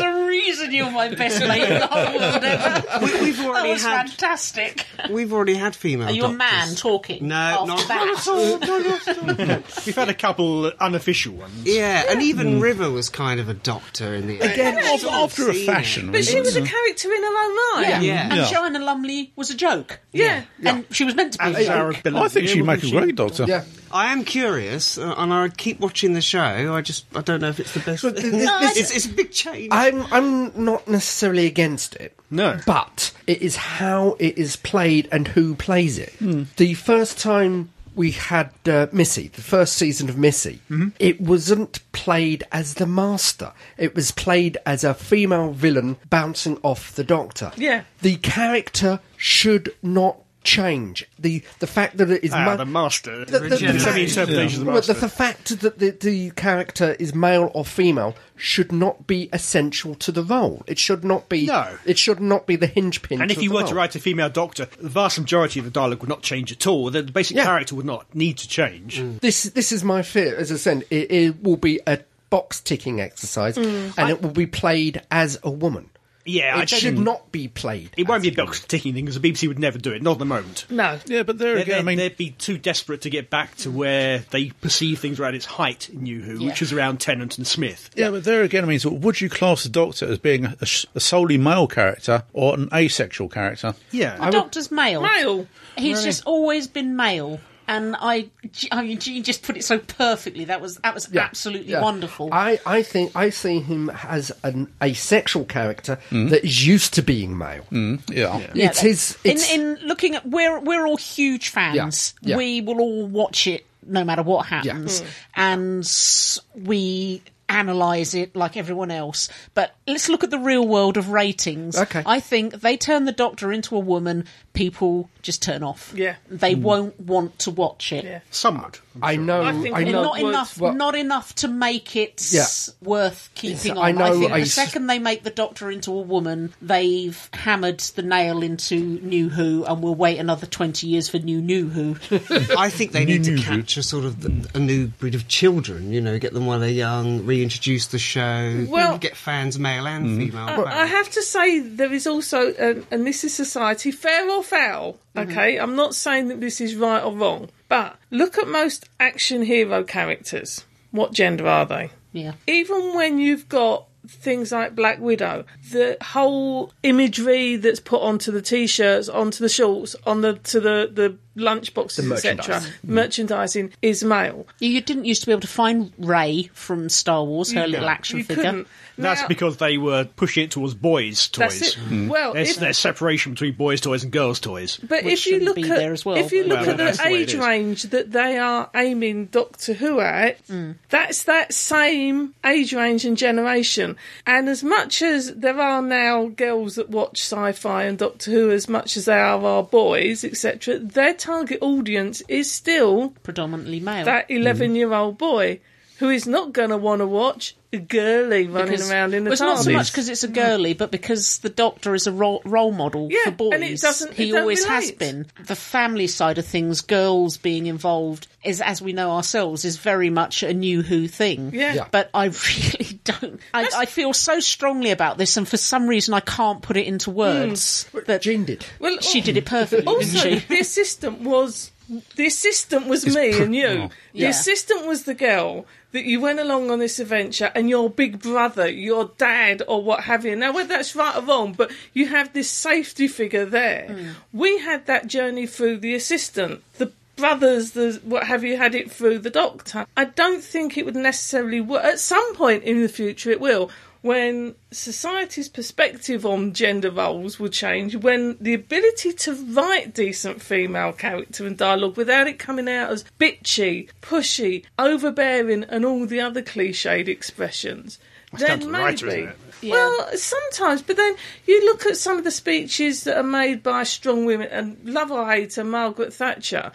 [SPEAKER 2] a reason you're my best mate in the whole world ever.
[SPEAKER 6] We, we've
[SPEAKER 2] That
[SPEAKER 6] already
[SPEAKER 2] was
[SPEAKER 6] had
[SPEAKER 2] fantastic.
[SPEAKER 6] we've already had female.
[SPEAKER 2] Are you a
[SPEAKER 6] doctors.
[SPEAKER 2] man talking?
[SPEAKER 6] No,
[SPEAKER 2] after
[SPEAKER 6] not-
[SPEAKER 2] that?
[SPEAKER 5] We've had a couple unofficial ones.
[SPEAKER 6] Yeah, and even River was kind of a doctor in the end.
[SPEAKER 1] Again, af-
[SPEAKER 6] Sort of
[SPEAKER 1] after a
[SPEAKER 6] seen
[SPEAKER 1] fashion.
[SPEAKER 4] But she
[SPEAKER 1] really.
[SPEAKER 4] was a character in her own right.
[SPEAKER 2] Yeah.
[SPEAKER 6] Yeah.
[SPEAKER 2] And Joanna Lumley was a joke.
[SPEAKER 4] Yeah.
[SPEAKER 2] And she was meant to be
[SPEAKER 5] And
[SPEAKER 2] a joke.
[SPEAKER 5] Sarah Bellamy,
[SPEAKER 1] I think she'd make a
[SPEAKER 5] wasn't
[SPEAKER 1] great doctor.
[SPEAKER 3] Yeah.
[SPEAKER 6] I am curious, uh, and I keep watching the show. I just I don't know if it's the best.
[SPEAKER 2] I-
[SPEAKER 6] it's, it's a big change.
[SPEAKER 3] I'm I'm not necessarily against it.
[SPEAKER 5] No.
[SPEAKER 3] But it is how it is played and who plays it.
[SPEAKER 5] Hmm.
[SPEAKER 3] The first time we had uh, Missy, the first season of Missy,
[SPEAKER 5] Mm-hmm.
[SPEAKER 3] it wasn't played as the master. It was played as a female villain bouncing off the doctor.
[SPEAKER 4] Yeah.
[SPEAKER 3] The character should not change. The the fact that it is
[SPEAKER 5] Ah,
[SPEAKER 3] ma-
[SPEAKER 5] the master.
[SPEAKER 3] the- the-
[SPEAKER 5] There's so many interpretations of the
[SPEAKER 3] well, the,
[SPEAKER 5] master.
[SPEAKER 3] the fact that the, the character is male or female should not be essential to the role. It should not be.
[SPEAKER 5] No.
[SPEAKER 3] It should not be the hinge pin.
[SPEAKER 5] and if
[SPEAKER 3] of
[SPEAKER 5] you
[SPEAKER 3] the
[SPEAKER 5] were
[SPEAKER 3] role.
[SPEAKER 5] to write a female doctor, the vast majority of the dialogue would not change at all. The the basic
[SPEAKER 3] Yeah.
[SPEAKER 5] character would not need to change.
[SPEAKER 3] this, this is my fear. As I said, it, it will be a box ticking exercise,
[SPEAKER 2] Mm.
[SPEAKER 3] and it will be played as a woman.
[SPEAKER 5] Yeah, I
[SPEAKER 3] it
[SPEAKER 5] don't-
[SPEAKER 3] should not be played.
[SPEAKER 5] It won't be a box ticking thing because the BBC would never do it, not at the moment.
[SPEAKER 4] No.
[SPEAKER 1] Yeah, but there
[SPEAKER 5] They'd,
[SPEAKER 1] again, I mean,
[SPEAKER 5] they'd be too desperate to get back to where they perceive things were at its height in New Who, which was around Tennant and Smith.
[SPEAKER 1] yeah, but there again, I mean, so would you class the Doctor as being a, a solely male character or an asexual character?
[SPEAKER 5] Yeah.
[SPEAKER 2] The doctor's male.
[SPEAKER 4] Male.
[SPEAKER 2] He's just always been male. And I, I mean, Gene just put it so perfectly. That was that was
[SPEAKER 3] Yeah,
[SPEAKER 2] absolutely
[SPEAKER 3] yeah. Uh,
[SPEAKER 2] wonderful.
[SPEAKER 3] I, I think I see him as an asexual character that is used to being male.
[SPEAKER 1] Yeah.
[SPEAKER 2] Yeah,
[SPEAKER 3] It's
[SPEAKER 2] that-
[SPEAKER 3] his. It's,
[SPEAKER 2] in in looking at we're we're all huge fans.
[SPEAKER 3] Yeah, Hmm. yeah.
[SPEAKER 2] We will all watch it no matter what happens, and s- we analyze it like everyone else. But let's look at the real world of ratings.
[SPEAKER 3] Okay.
[SPEAKER 2] I think they turn the Doctor into a woman. People just turn off.
[SPEAKER 4] Yeah.
[SPEAKER 2] they
[SPEAKER 3] Hmm.
[SPEAKER 2] won't want to watch it.
[SPEAKER 4] Yeah.
[SPEAKER 5] Some would.
[SPEAKER 3] I know.
[SPEAKER 4] I think
[SPEAKER 3] I
[SPEAKER 4] it-
[SPEAKER 2] And
[SPEAKER 3] know.
[SPEAKER 2] not
[SPEAKER 4] well,
[SPEAKER 2] enough,
[SPEAKER 3] well-
[SPEAKER 2] not enough to make it
[SPEAKER 3] Yeah.
[SPEAKER 2] worth keeping
[SPEAKER 3] Yes,
[SPEAKER 2] on. I,
[SPEAKER 3] I know,
[SPEAKER 2] think
[SPEAKER 3] I
[SPEAKER 2] the
[SPEAKER 3] s-
[SPEAKER 2] second they make the Doctor into a woman, they've hammered the nail into New Who, and we'll wait another twenty years for new New Who.
[SPEAKER 6] I think they need to capture sort of the, a new breed of children. You know, get them while they're young, reintroduce the show.
[SPEAKER 4] Well-
[SPEAKER 6] you get fans, male and female. back.
[SPEAKER 4] I have to say, there is also, um, and this is society, fair or foul.
[SPEAKER 5] Mm-hmm.
[SPEAKER 4] Okay, I'm not saying that this is right or wrong, but look at most action hero characters. What gender are they?
[SPEAKER 2] Yeah.
[SPEAKER 4] Even when you've got things like Black Widow, the whole imagery that's put onto the t-shirts, onto the shorts, on the to the the lunchboxes, etc. Merchandising is male.
[SPEAKER 2] You, you didn't used to be able to find Ray from Star Wars, her little action
[SPEAKER 4] you
[SPEAKER 2] figure.
[SPEAKER 4] couldn't.
[SPEAKER 5] That's
[SPEAKER 4] Now-
[SPEAKER 5] because they were pushing it towards boys' toys.
[SPEAKER 4] That's it. Well,
[SPEAKER 5] There's,
[SPEAKER 4] if-
[SPEAKER 5] there's separation between boys' toys and girls' toys.
[SPEAKER 4] But
[SPEAKER 2] which
[SPEAKER 4] if you
[SPEAKER 2] shouldn't
[SPEAKER 4] look
[SPEAKER 2] be
[SPEAKER 4] at
[SPEAKER 2] there as well,
[SPEAKER 4] if you
[SPEAKER 2] but-
[SPEAKER 4] look
[SPEAKER 5] Well,
[SPEAKER 4] at the
[SPEAKER 5] that's the way it
[SPEAKER 4] age
[SPEAKER 5] is.
[SPEAKER 4] range that they are aiming Doctor Who at,
[SPEAKER 2] Mm.
[SPEAKER 4] that's that same age range and generation. And as much as there are now girls that watch sci-fi and Doctor Who as much as there are our boys, etc., their target audience is still
[SPEAKER 2] Predominantly male.
[SPEAKER 4] that eleven-year-old boy who is not going to want to watch a girly running
[SPEAKER 2] Because-
[SPEAKER 4] around in the
[SPEAKER 2] well, it's not so
[SPEAKER 4] TARDIS.
[SPEAKER 2] much because it's a girly, but because the doctor is a ro- role model
[SPEAKER 4] Yeah,
[SPEAKER 2] for boys.
[SPEAKER 4] and it doesn't-
[SPEAKER 2] he
[SPEAKER 4] it don't
[SPEAKER 2] always has
[SPEAKER 4] relate.
[SPEAKER 2] been. The family side of things, girls being involved, is as we know ourselves, is very much a new Who thing.
[SPEAKER 4] Yeah. Yeah.
[SPEAKER 2] But I really don't. I, I feel so strongly about this, and for some reason, I can't put it into words. That
[SPEAKER 3] Jean did.
[SPEAKER 4] Well,
[SPEAKER 2] she
[SPEAKER 4] oh.
[SPEAKER 2] did it perfectly,
[SPEAKER 4] Hmm. Also,
[SPEAKER 2] didn't she?
[SPEAKER 4] the assistant was the assistant was me and you. The
[SPEAKER 2] Yeah.
[SPEAKER 4] assistant was the girl that you went along on this adventure, and your big brother, your dad, or what have you. Now, whether that's right or wrong, but you have this safety figure there. We had that journey through the assistant. The brothers, the what have you had it through the doctor. I don't think it would necessarily work. At some point in the future, it will. When society's perspective on gender roles will change, when the ability to write decent female character and dialogue without it coming out as bitchy, pushy, overbearing, and all the other cliched expressions,
[SPEAKER 5] down
[SPEAKER 4] then
[SPEAKER 5] to the
[SPEAKER 4] maybe.
[SPEAKER 5] writer, isn't it?
[SPEAKER 4] Well, sometimes, but then you look at some of the speeches that are made by strong women, and love or hate her, Margaret Thatcher.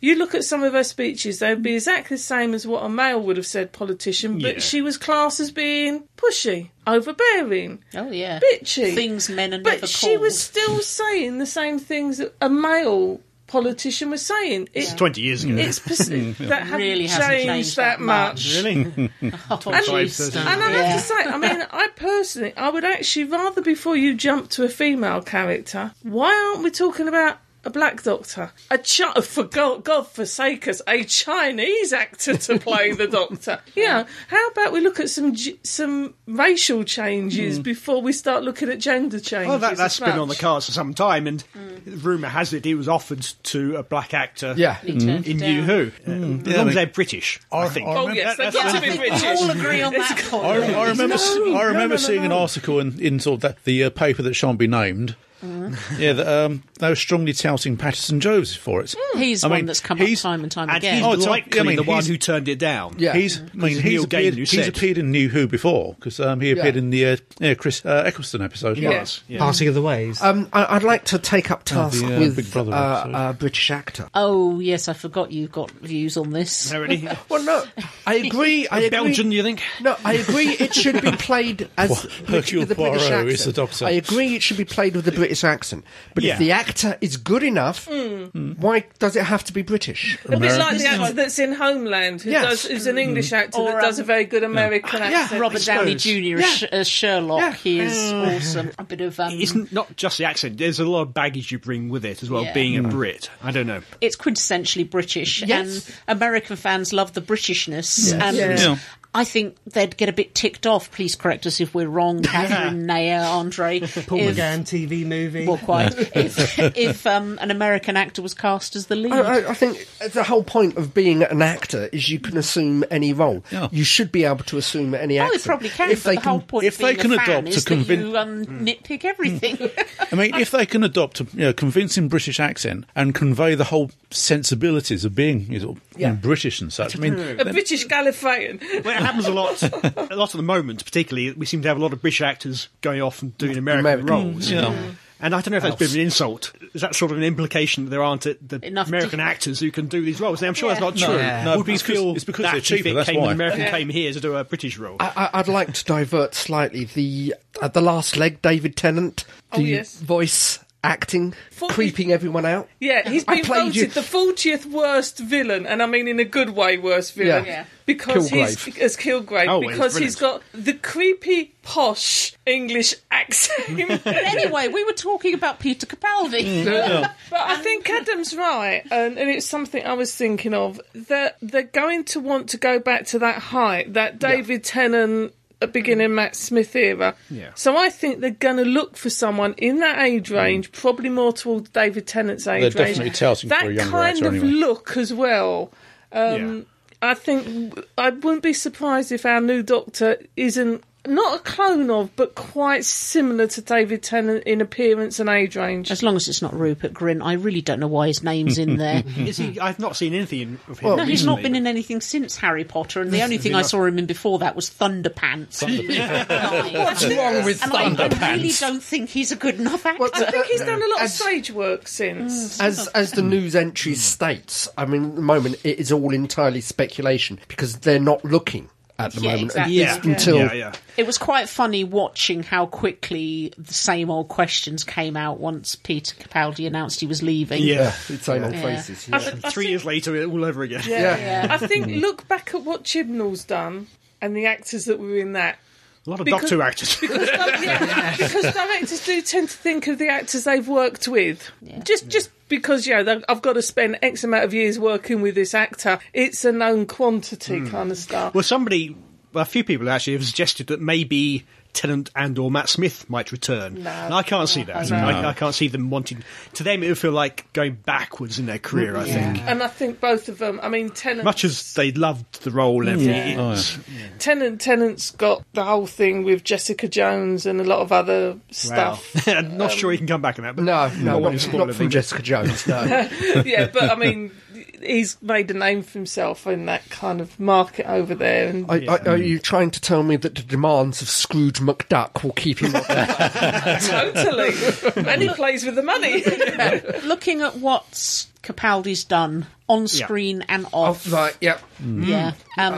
[SPEAKER 4] You look at some of her speeches; they'd be exactly the same as what a male would have said politician, but
[SPEAKER 5] Yeah.
[SPEAKER 4] she was classed as being pushy, overbearing,
[SPEAKER 2] Oh yeah,
[SPEAKER 4] bitchy
[SPEAKER 2] things men are never
[SPEAKER 4] but she
[SPEAKER 2] called.
[SPEAKER 4] was still saying the same things that a male politician was saying. It,
[SPEAKER 5] It's 20 years ago.
[SPEAKER 4] It's persi- that hasn't
[SPEAKER 2] Really
[SPEAKER 4] changed,
[SPEAKER 2] hasn't changed
[SPEAKER 4] that
[SPEAKER 2] that
[SPEAKER 4] much.
[SPEAKER 2] much.
[SPEAKER 5] really?
[SPEAKER 2] Oh, jeez.
[SPEAKER 4] And I
[SPEAKER 2] Yeah.
[SPEAKER 4] have to say, I mean, I personally, I would actually rather before you jump to a female character, why aren't we talking about a black doctor? A chi- for God, God forsake us, a Chinese actor to play the doctor. You know, how about we look at some g- some racial changes before we start looking at gender changes?
[SPEAKER 5] Well, that, that's
[SPEAKER 4] as
[SPEAKER 5] been
[SPEAKER 4] much?
[SPEAKER 5] on the cards for some time, and rumour has it he was offered to a black actor
[SPEAKER 3] Yeah.
[SPEAKER 2] He turned
[SPEAKER 5] Mm-hmm. in
[SPEAKER 2] it
[SPEAKER 5] New
[SPEAKER 2] down.
[SPEAKER 5] Who. Uh, As long as they're British, I
[SPEAKER 1] Or-
[SPEAKER 5] think.
[SPEAKER 1] or-
[SPEAKER 4] Oh yes,
[SPEAKER 5] That-
[SPEAKER 4] they've got
[SPEAKER 5] that's
[SPEAKER 4] to
[SPEAKER 5] the-
[SPEAKER 4] be
[SPEAKER 2] We all
[SPEAKER 4] British.
[SPEAKER 2] agree on that point.
[SPEAKER 1] I, I remember, I remember seeing an article in, in sort of that, the uh, paper that shan't be named.
[SPEAKER 5] Uh-huh.
[SPEAKER 1] Yeah, that, um, they were strongly touting Patterson Jones for it.
[SPEAKER 5] Hmm.
[SPEAKER 2] He's
[SPEAKER 1] I
[SPEAKER 2] one
[SPEAKER 1] mean,
[SPEAKER 2] that's come up
[SPEAKER 1] he's-
[SPEAKER 2] time and time
[SPEAKER 5] And
[SPEAKER 2] again.
[SPEAKER 1] Oh,
[SPEAKER 5] he's
[SPEAKER 1] it's-
[SPEAKER 5] likely
[SPEAKER 1] I mean,
[SPEAKER 5] the one
[SPEAKER 1] he's-
[SPEAKER 5] who turned it down.
[SPEAKER 3] Yeah.
[SPEAKER 1] He's, I mean,
[SPEAKER 5] Neil
[SPEAKER 1] he's,
[SPEAKER 5] Gaiman
[SPEAKER 1] appeared,
[SPEAKER 5] who
[SPEAKER 1] he's
[SPEAKER 5] said-
[SPEAKER 1] appeared in New Who before because um, he appeared
[SPEAKER 3] Yeah.
[SPEAKER 1] in the uh, yeah, Chris uh, Eccleston episode.
[SPEAKER 5] He
[SPEAKER 1] Yeah.
[SPEAKER 5] was, yeah.
[SPEAKER 6] Parting of the ways.
[SPEAKER 3] Um, I, I'd like to take up task
[SPEAKER 1] the, uh, Big
[SPEAKER 3] with uh,
[SPEAKER 1] Brother episode.
[SPEAKER 3] a British actor.
[SPEAKER 2] Oh yes, I forgot you've got views on this.
[SPEAKER 5] Already?
[SPEAKER 3] Well, no, I agree. I agree.
[SPEAKER 5] Belgian, you think?
[SPEAKER 3] No, I agree. It should be played as with
[SPEAKER 1] Hercule
[SPEAKER 3] the British
[SPEAKER 1] Poirot
[SPEAKER 3] accent.
[SPEAKER 1] is the doctor.
[SPEAKER 3] I agree. It should be played with the British accent. But
[SPEAKER 5] Yeah.
[SPEAKER 3] if the actor is good enough, why does it have to be British?
[SPEAKER 4] A bit like the
[SPEAKER 2] American.
[SPEAKER 4] actor that's in Homeland, who
[SPEAKER 3] Yes.
[SPEAKER 4] does, who's an English actor
[SPEAKER 2] Or,
[SPEAKER 4] that does a
[SPEAKER 2] um,
[SPEAKER 4] very good American accent.
[SPEAKER 2] Robert Downey Jr. as, Sh- as Sherlock.
[SPEAKER 3] Yeah.
[SPEAKER 2] He is awesome. A bit of um,
[SPEAKER 5] It's n- not just the accent. There's a lot of baggage you bring with it as well,
[SPEAKER 2] Yeah.
[SPEAKER 5] being a
[SPEAKER 1] Mm.
[SPEAKER 5] Brit. I don't know.
[SPEAKER 2] it's quintessentially British,
[SPEAKER 3] Yes.
[SPEAKER 2] and American fans love the Britishness. And
[SPEAKER 4] Yeah.
[SPEAKER 1] Yeah.
[SPEAKER 2] I think they'd get a bit ticked off. Please correct us if we're wrong, Catherine, Naya, Andre.
[SPEAKER 6] Paul
[SPEAKER 2] if-
[SPEAKER 6] McGann TV movie.
[SPEAKER 2] Well, quite. if if um, an American actor was cast as the lead,
[SPEAKER 3] I, I- I think the whole point of being an actor is you can assume any role.
[SPEAKER 1] Yeah.
[SPEAKER 3] You should be able to assume any
[SPEAKER 2] Oh,
[SPEAKER 3] accent.
[SPEAKER 2] they probably can.
[SPEAKER 3] If
[SPEAKER 2] but
[SPEAKER 3] they
[SPEAKER 2] the whole
[SPEAKER 3] can-
[SPEAKER 2] point
[SPEAKER 1] if
[SPEAKER 2] of
[SPEAKER 1] they
[SPEAKER 2] being
[SPEAKER 1] can
[SPEAKER 2] a fan
[SPEAKER 1] adopt
[SPEAKER 2] is
[SPEAKER 1] to
[SPEAKER 2] that
[SPEAKER 1] convin-
[SPEAKER 2] you um, nitpick everything.
[SPEAKER 1] I mean, if they can adopt a you know, convincing British accent and convey the whole sensibilities of being you know, British and such, I mean,
[SPEAKER 4] a British Gallifreyan.
[SPEAKER 5] Well, it happens a lot, a lot at the moment. Particularly, we seem to have a lot of British actors going off and doing American
[SPEAKER 3] American.
[SPEAKER 5] roles. Mm.
[SPEAKER 1] you know,
[SPEAKER 5] And I don't know if that's a bit of an insult. Is that sort of an implication that there aren't uh, the
[SPEAKER 2] Enough
[SPEAKER 5] American
[SPEAKER 2] di-
[SPEAKER 5] actors who can do these roles? Now, I'm sure that's not
[SPEAKER 1] No,
[SPEAKER 5] true.
[SPEAKER 1] Yeah. no,
[SPEAKER 5] Would we
[SPEAKER 1] it's because-
[SPEAKER 5] feel
[SPEAKER 1] it's because
[SPEAKER 5] that
[SPEAKER 1] they're cheaper,
[SPEAKER 5] if it
[SPEAKER 1] that's
[SPEAKER 5] came, an
[SPEAKER 1] why.
[SPEAKER 5] American came here to do a British role?
[SPEAKER 3] I, I- I'd like uh, to divert slightly. The at the last leg, David Tennant, the
[SPEAKER 4] Oh, yes.
[SPEAKER 3] voice acting,
[SPEAKER 4] Forty-
[SPEAKER 3] creeping everyone out.
[SPEAKER 4] Yeah, he's
[SPEAKER 3] I
[SPEAKER 4] been
[SPEAKER 3] played
[SPEAKER 4] voted
[SPEAKER 3] you-
[SPEAKER 4] the fortieth worst villain, and I mean in a good way, worst villain.
[SPEAKER 3] Yeah. Yeah.
[SPEAKER 4] Because he's
[SPEAKER 3] Kilgrave.
[SPEAKER 4] as Kilgrave,
[SPEAKER 5] Oh, well,
[SPEAKER 4] because he's
[SPEAKER 5] it's
[SPEAKER 4] got the creepy posh English accent. but
[SPEAKER 2] anyway, we were talking about Peter Capaldi.
[SPEAKER 3] Mm.
[SPEAKER 4] I think Adam's right, and, and it's something I was thinking of that they're going to want to go back to that height, that David Tennant. uh, Beginning Matt Smith era, yeah. so I think they're going to look for someone in that age range, probably more towards David Tennant's age range.
[SPEAKER 1] definitely touting
[SPEAKER 4] that
[SPEAKER 1] for a younger
[SPEAKER 4] kind
[SPEAKER 1] actor
[SPEAKER 4] of
[SPEAKER 1] anyway.
[SPEAKER 4] look as well. Um, I think I wouldn't be surprised if our new Doctor isn't not a clone of, but quite similar to David Tennant in appearance and age range.
[SPEAKER 2] As long as it's not Rupert Grint, I really don't know why his name's in there.
[SPEAKER 5] Is he, I've not seen anything of him.
[SPEAKER 2] No, he's
[SPEAKER 5] recently.
[SPEAKER 2] not been in anything since Harry Potter, and the only thing I saw him in before that was Thunderpants. What's
[SPEAKER 3] wrong with
[SPEAKER 2] and I, I really
[SPEAKER 3] Thunderpants?
[SPEAKER 2] don't think he's a good enough actor.
[SPEAKER 4] I think he's done a lot of
[SPEAKER 3] As-
[SPEAKER 4] stage work since.
[SPEAKER 3] As as the news entry
[SPEAKER 5] Hmm.
[SPEAKER 3] states, I mean, at the moment it is all entirely speculation because they're not looking at the
[SPEAKER 2] Yeah,
[SPEAKER 3] moment at
[SPEAKER 2] exactly.
[SPEAKER 3] least until
[SPEAKER 5] yeah, yeah.
[SPEAKER 2] It was quite funny watching how quickly the same old questions came out once Peter Capaldi announced he was leaving.
[SPEAKER 5] Yeah.
[SPEAKER 3] it's same old faces. yeah.
[SPEAKER 4] I
[SPEAKER 5] Three
[SPEAKER 4] think-
[SPEAKER 5] years later, all over again.
[SPEAKER 4] Yeah. I think
[SPEAKER 5] Mm.
[SPEAKER 4] look back at what Chibnall's done and the actors that were in that.
[SPEAKER 5] A lot of
[SPEAKER 4] Because-
[SPEAKER 5] Doctor actors.
[SPEAKER 4] Yeah, because directors do tend to think of the actors they've worked with.
[SPEAKER 5] Mm.
[SPEAKER 4] Just just because, you know, they- I've got to spend X amount of years working with this actor, it's a known quantity kind of stuff.
[SPEAKER 5] Mm. well, somebody, well, a few people actually have suggested that maybe Tennant and or Matt Smith might return.
[SPEAKER 4] No.
[SPEAKER 5] and I can't see that.
[SPEAKER 4] No.
[SPEAKER 5] I, I can't see them wanting. To them, it would feel like going backwards in their career. I think.
[SPEAKER 4] And I think both of them, I mean, Tennant,
[SPEAKER 5] Much as they loved the role and everything,
[SPEAKER 4] Yeah.
[SPEAKER 5] it's-
[SPEAKER 4] Tennant, Tennant's got the whole thing with Jessica Jones and a lot of other
[SPEAKER 5] well,
[SPEAKER 4] stuff.
[SPEAKER 5] I'm not sure he can come back in that. But
[SPEAKER 3] No,
[SPEAKER 5] I
[SPEAKER 3] no,
[SPEAKER 5] wouldn't
[SPEAKER 3] not,
[SPEAKER 5] spoil
[SPEAKER 3] not
[SPEAKER 5] anything.
[SPEAKER 3] from Jessica Jones. No,
[SPEAKER 4] yeah, but I mean, he's made a name for himself in that kind of market over there. And
[SPEAKER 3] I, I, are you trying to tell me that the demands of Scrooge McDuck will keep him? up there?
[SPEAKER 4] totally. and he plays with the money.
[SPEAKER 2] Looking at what Capaldi's done on screen and
[SPEAKER 3] Oh,
[SPEAKER 2] off,
[SPEAKER 3] right, Mm. yeah.
[SPEAKER 5] Mm.
[SPEAKER 2] yeah,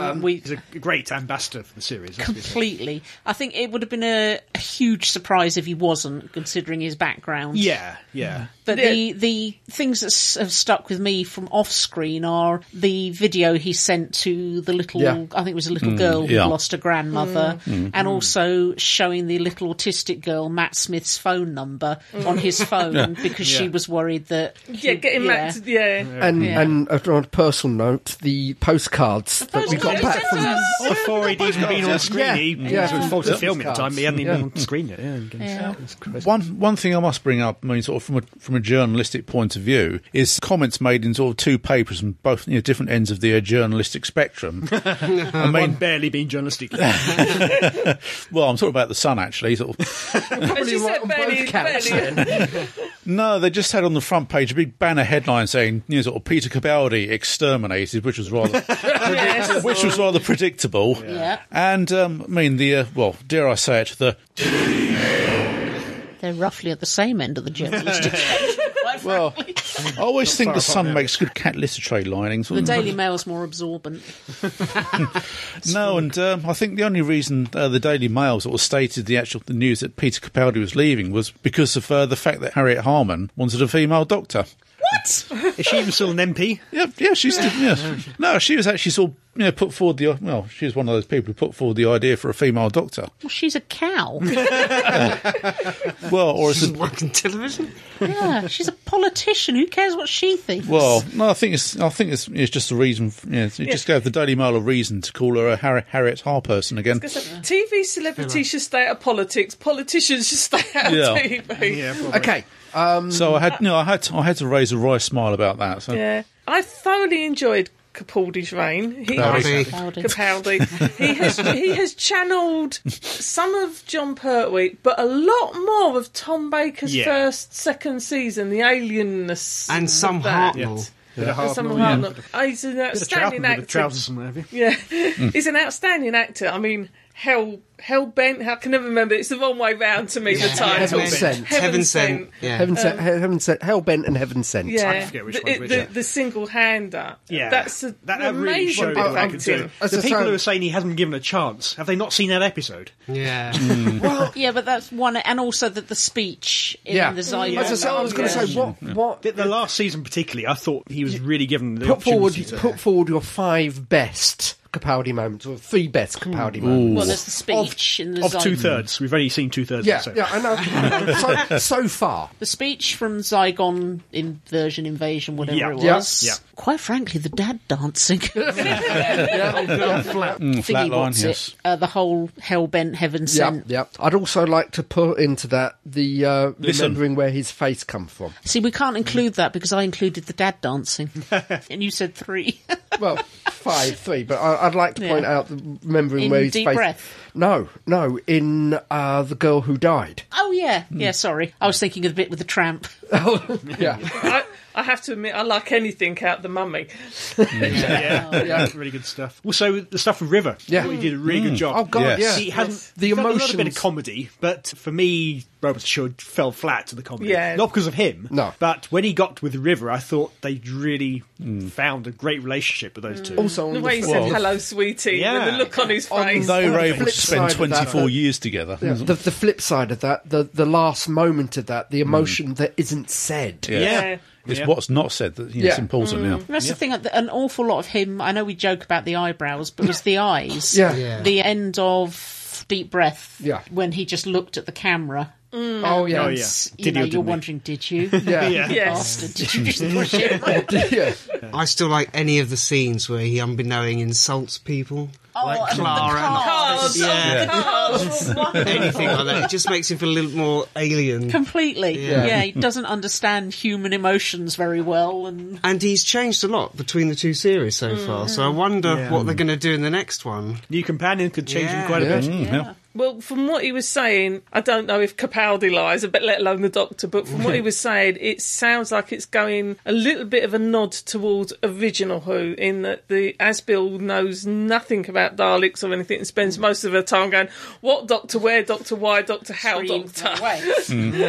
[SPEAKER 2] um, we
[SPEAKER 5] He's a great ambassador for the series. let's be fair.
[SPEAKER 2] completely. I think it would have been a, a huge surprise if he wasn't, considering his background.
[SPEAKER 5] Yeah, yeah.
[SPEAKER 2] But the the things that s- have stuck with me from off screen are the video he sent to the little
[SPEAKER 3] Yeah.
[SPEAKER 2] I think it was a little girl who
[SPEAKER 1] yeah.
[SPEAKER 2] who lost her grandmother, and also showing the little autistic girl Matt Smith's phone number on his phone because she was worried that
[SPEAKER 4] yeah, getting back to yeah.
[SPEAKER 3] And and uh, on a personal note, the postcards that we got
[SPEAKER 2] postcards
[SPEAKER 3] back
[SPEAKER 2] sent
[SPEAKER 3] from.
[SPEAKER 2] to us.
[SPEAKER 5] Before he'd even been on screen,
[SPEAKER 3] Yeah,
[SPEAKER 5] he
[SPEAKER 3] yeah.
[SPEAKER 5] was involved in
[SPEAKER 3] Yeah.
[SPEAKER 5] filming time. He hadn't
[SPEAKER 3] Yeah.
[SPEAKER 5] even been on screen yet. Yeah,
[SPEAKER 2] Yeah.
[SPEAKER 1] One one thing I must bring up, I mean, sort of from a from a journalistic point of view, is comments made in sort of two papers from both you know, different ends of the uh, journalistic spectrum. I
[SPEAKER 5] One
[SPEAKER 1] mean,
[SPEAKER 5] barely been journalistic.
[SPEAKER 1] well, I'm talking about the Sun actually. Sort of.
[SPEAKER 4] And she said,
[SPEAKER 3] on
[SPEAKER 4] Bernie,
[SPEAKER 3] both counts,
[SPEAKER 4] Bernie.
[SPEAKER 1] No, they just had on the front page a big banner headline saying, you know, sort of Peter Capaldi exterminated, which was rather,
[SPEAKER 4] Yes.
[SPEAKER 1] which was rather predictable.
[SPEAKER 2] Yeah.
[SPEAKER 1] And um, I mean, the uh, well, dare I say it, the
[SPEAKER 2] they're roughly at the same end of the journalistic. Quite
[SPEAKER 1] well,
[SPEAKER 2] frankly.
[SPEAKER 1] I always think the Sun makes good cat litter tray linings.
[SPEAKER 2] the Daily Mail's more absorbent.
[SPEAKER 1] No, and um, I think the only reason uh, the Daily Mail sort of stated the actual the news that Peter Capaldi was leaving was because of uh, the fact that Harriet Harman wanted a female doctor.
[SPEAKER 5] Is she even still an MP?
[SPEAKER 1] Yeah, yeah, she still, yeah. No, she was actually sort of, you know, put forward the, well, she was one of those people who put forward the idea for a female doctor.
[SPEAKER 2] Well, she's a cow.
[SPEAKER 1] Well, or as a,
[SPEAKER 6] Working television?
[SPEAKER 2] yeah, she's a politician. Who cares what she thinks?
[SPEAKER 1] well, no, I think it's, I think it's, it's just a reason, f- yeah, it just gave the Daily Mail a reason to call her a Har- Harriet Harperson again.
[SPEAKER 4] TV celebrities should stay out of politics. Politicians should stay out
[SPEAKER 1] Yeah.
[SPEAKER 4] of TV.
[SPEAKER 5] Yeah, probably.
[SPEAKER 3] Okay,
[SPEAKER 1] So I had, no, I had, to, I had to raise a wry smile about that. So.
[SPEAKER 4] Yeah. I thoroughly enjoyed Capaldi's reign. He
[SPEAKER 6] Capaldi.
[SPEAKER 4] Capaldi. he has he has channeled some of John Pertwee, but a lot more of Tom Baker's
[SPEAKER 5] Yeah.
[SPEAKER 4] first, second season, the alienness
[SPEAKER 6] And
[SPEAKER 4] of
[SPEAKER 6] some
[SPEAKER 4] that.
[SPEAKER 6] Hartnell.
[SPEAKER 5] Bit of
[SPEAKER 4] And
[SPEAKER 5] half
[SPEAKER 4] some
[SPEAKER 5] noise.
[SPEAKER 4] Hartnell. Oh, he's an
[SPEAKER 5] Bit of Mm.
[SPEAKER 4] outstanding
[SPEAKER 5] trousers, bit of
[SPEAKER 4] actor.
[SPEAKER 5] trousers and what have you.
[SPEAKER 4] Yeah, he's an outstanding actor. I mean, hell hell bent. I can never remember. It's the wrong way round to me. the title.
[SPEAKER 3] Heaven Sent.
[SPEAKER 6] Heaven
[SPEAKER 4] Heaven
[SPEAKER 6] sent.
[SPEAKER 4] Sent.
[SPEAKER 6] Yeah.
[SPEAKER 3] Heaven sent, heaven sent, hell bent, and heaven sent.
[SPEAKER 4] Yeah,
[SPEAKER 5] I forget which
[SPEAKER 4] the,
[SPEAKER 5] one's
[SPEAKER 4] the,
[SPEAKER 5] which, yeah.
[SPEAKER 4] the, single hander.
[SPEAKER 5] Yeah,
[SPEAKER 4] that's a,
[SPEAKER 5] that,
[SPEAKER 4] an
[SPEAKER 5] that really
[SPEAKER 4] amazing
[SPEAKER 5] showed
[SPEAKER 4] bit
[SPEAKER 5] what
[SPEAKER 4] of
[SPEAKER 5] they could do.
[SPEAKER 4] acting.
[SPEAKER 3] That's
[SPEAKER 5] the
[SPEAKER 3] the
[SPEAKER 5] people
[SPEAKER 3] time-
[SPEAKER 5] who are saying he hasn't been given a chance have they not seen that episode?
[SPEAKER 6] Yeah.
[SPEAKER 2] Yeah, but that's one, and also the, the speech in
[SPEAKER 3] Yeah.
[SPEAKER 2] the Zygon.
[SPEAKER 3] As I, say, I was going to
[SPEAKER 2] Yeah.
[SPEAKER 3] say, what, what
[SPEAKER 5] The, the last season, particularly, I thought he was really given the
[SPEAKER 3] put forward?
[SPEAKER 5] opportunity to-
[SPEAKER 3] Put forward your five best Capaldi moments, or three best Capaldi moments.
[SPEAKER 2] Well, there's the speech in the
[SPEAKER 5] of
[SPEAKER 2] Zygon.
[SPEAKER 5] two thirds. We've only seen two thirds.
[SPEAKER 3] Yeah, yeah, I know. so, so far,
[SPEAKER 2] The speech from Zygon inversion invasion, whatever
[SPEAKER 5] Yeah.
[SPEAKER 2] it
[SPEAKER 3] Yeah.
[SPEAKER 2] was.
[SPEAKER 5] Yeah.
[SPEAKER 2] Quite frankly, the dad dancing.
[SPEAKER 3] flat.
[SPEAKER 1] Mm.
[SPEAKER 2] Thingy
[SPEAKER 1] line,
[SPEAKER 2] what's
[SPEAKER 1] yes.
[SPEAKER 2] it? Uh, the whole hell bent heaven
[SPEAKER 3] Yeah,
[SPEAKER 2] sent.
[SPEAKER 3] yeah. I'd also like to put into that the uh, remembering where his face come from.
[SPEAKER 2] See, we can't include that because I included the dad dancing, and you said three.
[SPEAKER 3] Well, five, three, but I, I'd like to
[SPEAKER 2] Yeah.
[SPEAKER 3] point out the remembering
[SPEAKER 2] In
[SPEAKER 3] where his
[SPEAKER 2] Deep
[SPEAKER 3] face.
[SPEAKER 2] Breath?
[SPEAKER 3] No, no, in uh, the girl who died.
[SPEAKER 2] oh yeah, yeah. Sorry, I was thinking of the bit with the tramp.
[SPEAKER 3] Yeah,
[SPEAKER 4] I, I have to admit, I like anything out the mummy.
[SPEAKER 5] yeah. really good stuff. Also, the stuff with River.
[SPEAKER 3] Yeah.
[SPEAKER 5] he did a really good job.
[SPEAKER 3] Oh, God,
[SPEAKER 1] Yes.
[SPEAKER 3] yeah.
[SPEAKER 5] He hasn't
[SPEAKER 3] The
[SPEAKER 5] the emotions. A bit of
[SPEAKER 3] emotions.
[SPEAKER 5] comedy, but for me, Robert Short fell flat to the comedy.
[SPEAKER 4] Yeah.
[SPEAKER 5] not because of him.
[SPEAKER 3] No.
[SPEAKER 5] but when he got with River, I thought they really found a great relationship with those two.
[SPEAKER 3] Mm. Also, on
[SPEAKER 4] The
[SPEAKER 3] the
[SPEAKER 4] way he
[SPEAKER 3] fl-
[SPEAKER 4] said
[SPEAKER 1] Well-
[SPEAKER 4] "Hello, sweetie,"
[SPEAKER 5] Yeah.
[SPEAKER 4] and the look on his
[SPEAKER 3] On
[SPEAKER 4] face.
[SPEAKER 3] the-
[SPEAKER 1] They were
[SPEAKER 3] the
[SPEAKER 1] able to
[SPEAKER 3] flip
[SPEAKER 1] spend
[SPEAKER 3] side of that,
[SPEAKER 1] 24
[SPEAKER 3] though-
[SPEAKER 1] years together.
[SPEAKER 3] yeah, the, the flip side of that, the, the last moment of that, the emotion that isn't said.
[SPEAKER 1] Yeah.
[SPEAKER 4] Yeah.
[SPEAKER 1] It's
[SPEAKER 5] Yeah.
[SPEAKER 1] what's not said that's you know, it's
[SPEAKER 3] Yeah.
[SPEAKER 1] important now.
[SPEAKER 2] And that's the thing. An awful lot of him. I know we joke about the eyebrows, but it was the eyes.
[SPEAKER 3] Yeah.
[SPEAKER 6] Yeah.
[SPEAKER 2] The end of Deep Breath.
[SPEAKER 3] Yeah.
[SPEAKER 2] When he just looked at the camera.
[SPEAKER 1] Mm.
[SPEAKER 3] Oh yeah.
[SPEAKER 5] Oh, yeah.
[SPEAKER 2] You
[SPEAKER 5] Did he
[SPEAKER 2] know,
[SPEAKER 5] or
[SPEAKER 2] you're
[SPEAKER 5] didn't he?
[SPEAKER 2] wondering, did you?
[SPEAKER 3] Yeah.
[SPEAKER 5] Yeah.
[SPEAKER 4] yes,
[SPEAKER 2] Bastard, did you just push it?
[SPEAKER 3] yeah.
[SPEAKER 6] I still like any of the scenes where he unbeknowing insults people.
[SPEAKER 2] and
[SPEAKER 6] like
[SPEAKER 2] Oh, the
[SPEAKER 6] Clara. and-
[SPEAKER 4] Oh,
[SPEAKER 2] cards. Oh,
[SPEAKER 6] Yeah.
[SPEAKER 2] Cards.
[SPEAKER 6] Anything like that. It just makes him feel a little more alien.
[SPEAKER 2] Completely.
[SPEAKER 6] Yeah.
[SPEAKER 2] Yeah. he doesn't understand human emotions very well, and
[SPEAKER 6] And he's changed a lot between the two series so
[SPEAKER 3] Mm.
[SPEAKER 6] far, so I wonder
[SPEAKER 5] Yeah.
[SPEAKER 6] what they're going to do in the next one.
[SPEAKER 5] New companion could change
[SPEAKER 6] Yeah.
[SPEAKER 5] him quite a
[SPEAKER 3] Yeah.
[SPEAKER 5] bit.
[SPEAKER 1] Mm, yeah.
[SPEAKER 4] Well, from what he was saying, I don't know if Capaldi lies, but let alone the Doctor. But from what he was saying, it sounds like it's going a little bit of a nod towards original Who, in that the Asbill knows nothing about Daleks or anything, and spends most of her time going, "What Doctor? Where Doctor? Why Doctor? How
[SPEAKER 2] Three
[SPEAKER 4] Doctor?"
[SPEAKER 2] away.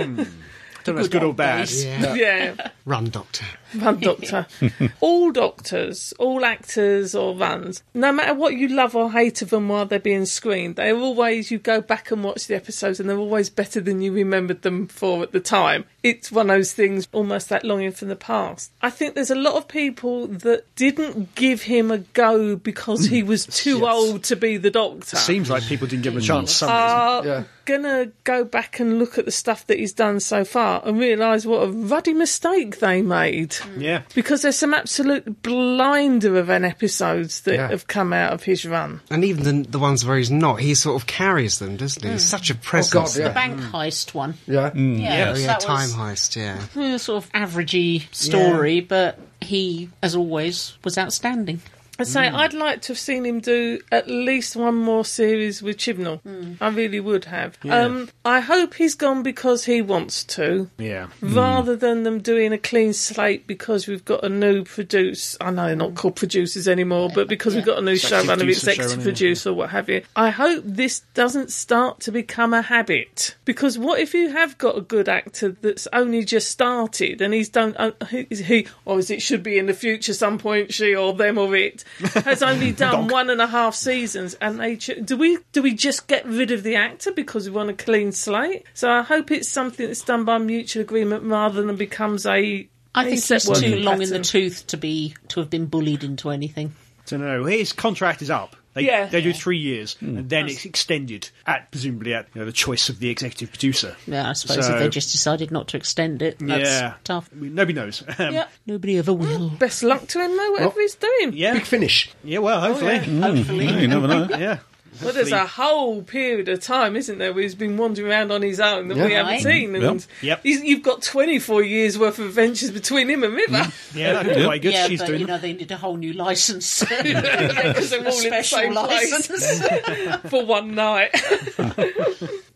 [SPEAKER 5] Don't know if it's good or bad.
[SPEAKER 6] Yeah.
[SPEAKER 4] Yeah.
[SPEAKER 6] Run, Doctor.
[SPEAKER 4] Run Doctor. all doctors, all actors or runs, no matter what you love or hate of them while they're being screened, they're always, you go back and watch the episodes and they're always better than you remembered them for at the time. It's one of those things, almost that longing from the past. I think there's a lot of people that didn't give him a go because he was
[SPEAKER 5] Mm.
[SPEAKER 4] too old to be the doctor.
[SPEAKER 5] Seems like people didn't give him a chance. for Some reason.
[SPEAKER 4] are
[SPEAKER 3] Yeah.
[SPEAKER 4] gonna go back and look at the stuff that he's done so far and realise what a ruddy mistake they made
[SPEAKER 5] yeah.
[SPEAKER 4] because there's some absolute blinder of an episodes that
[SPEAKER 3] Yeah.
[SPEAKER 4] have come out of his run.
[SPEAKER 6] And even the, the ones where he's not, he sort of carries them, doesn't he? He's such a presence.
[SPEAKER 3] Mm. Oh, yeah.
[SPEAKER 2] The bank heist one.
[SPEAKER 3] Yeah.
[SPEAKER 2] Yeah,
[SPEAKER 6] Oh, yeah,
[SPEAKER 2] that
[SPEAKER 6] time
[SPEAKER 2] was
[SPEAKER 6] heist, yeah.
[SPEAKER 2] a sort of averagey story, but he, as always, was outstanding.
[SPEAKER 4] I say
[SPEAKER 5] Mm.
[SPEAKER 4] I'd like to have seen him do at least one more series with Chibnall. I really would have. Um, I hope he's gone because he wants to,
[SPEAKER 5] Yeah.
[SPEAKER 4] rather than them doing a clean slate because we've got a new produce. I know they're not called producers anymore, but because we've got a new
[SPEAKER 5] Executive
[SPEAKER 4] showrunner,
[SPEAKER 5] producer,
[SPEAKER 4] executive
[SPEAKER 5] showrunner, yeah.
[SPEAKER 4] producer, what have you. I hope this doesn't start to become a habit because what if you have got a good actor that's only just started and he's done uh, he, he or as it should be in the future some point she or them or it has only done one and a half seasons and they ch- do we do we just get rid of the actor because we want a clean slate? So I hope it's something that's done by mutual agreement rather than becomes a
[SPEAKER 2] I
[SPEAKER 4] a
[SPEAKER 2] think
[SPEAKER 4] set
[SPEAKER 2] he's
[SPEAKER 4] working
[SPEAKER 2] too long in the
[SPEAKER 4] pattern.
[SPEAKER 2] tooth to be to have been bullied into anything.
[SPEAKER 5] Don't know. His contract is up. They,
[SPEAKER 4] Yeah.
[SPEAKER 5] they do three years,
[SPEAKER 3] Mm.
[SPEAKER 5] and then it's extended at presumably at you know, the choice of the executive producer.
[SPEAKER 2] Yeah, I suppose
[SPEAKER 5] So-
[SPEAKER 2] if they just decided not to extend it, that's
[SPEAKER 5] yeah,
[SPEAKER 2] tough.
[SPEAKER 5] We- Nobody knows. Um,
[SPEAKER 4] Yeah.
[SPEAKER 2] Nobody ever will.
[SPEAKER 4] Best luck to him though, whatever he's doing.
[SPEAKER 5] yeah,
[SPEAKER 3] Big finish.
[SPEAKER 5] yeah. Well, hopefully, Mm.
[SPEAKER 1] Yeah, you never know.
[SPEAKER 5] yeah.
[SPEAKER 4] Well, there's a whole period of time, isn't there, where he's been wandering around on his own that we haven't
[SPEAKER 2] Right.
[SPEAKER 4] seen, and
[SPEAKER 5] Yep.
[SPEAKER 4] he's, you've got 24 years worth of adventures between him and River
[SPEAKER 5] Yeah, that'd be quite good.
[SPEAKER 2] yeah,
[SPEAKER 5] She's
[SPEAKER 2] but
[SPEAKER 5] doing
[SPEAKER 2] you
[SPEAKER 5] them.
[SPEAKER 2] know they need a whole new license,
[SPEAKER 4] because they're all in the
[SPEAKER 2] special
[SPEAKER 4] same place
[SPEAKER 2] license.
[SPEAKER 4] for one night.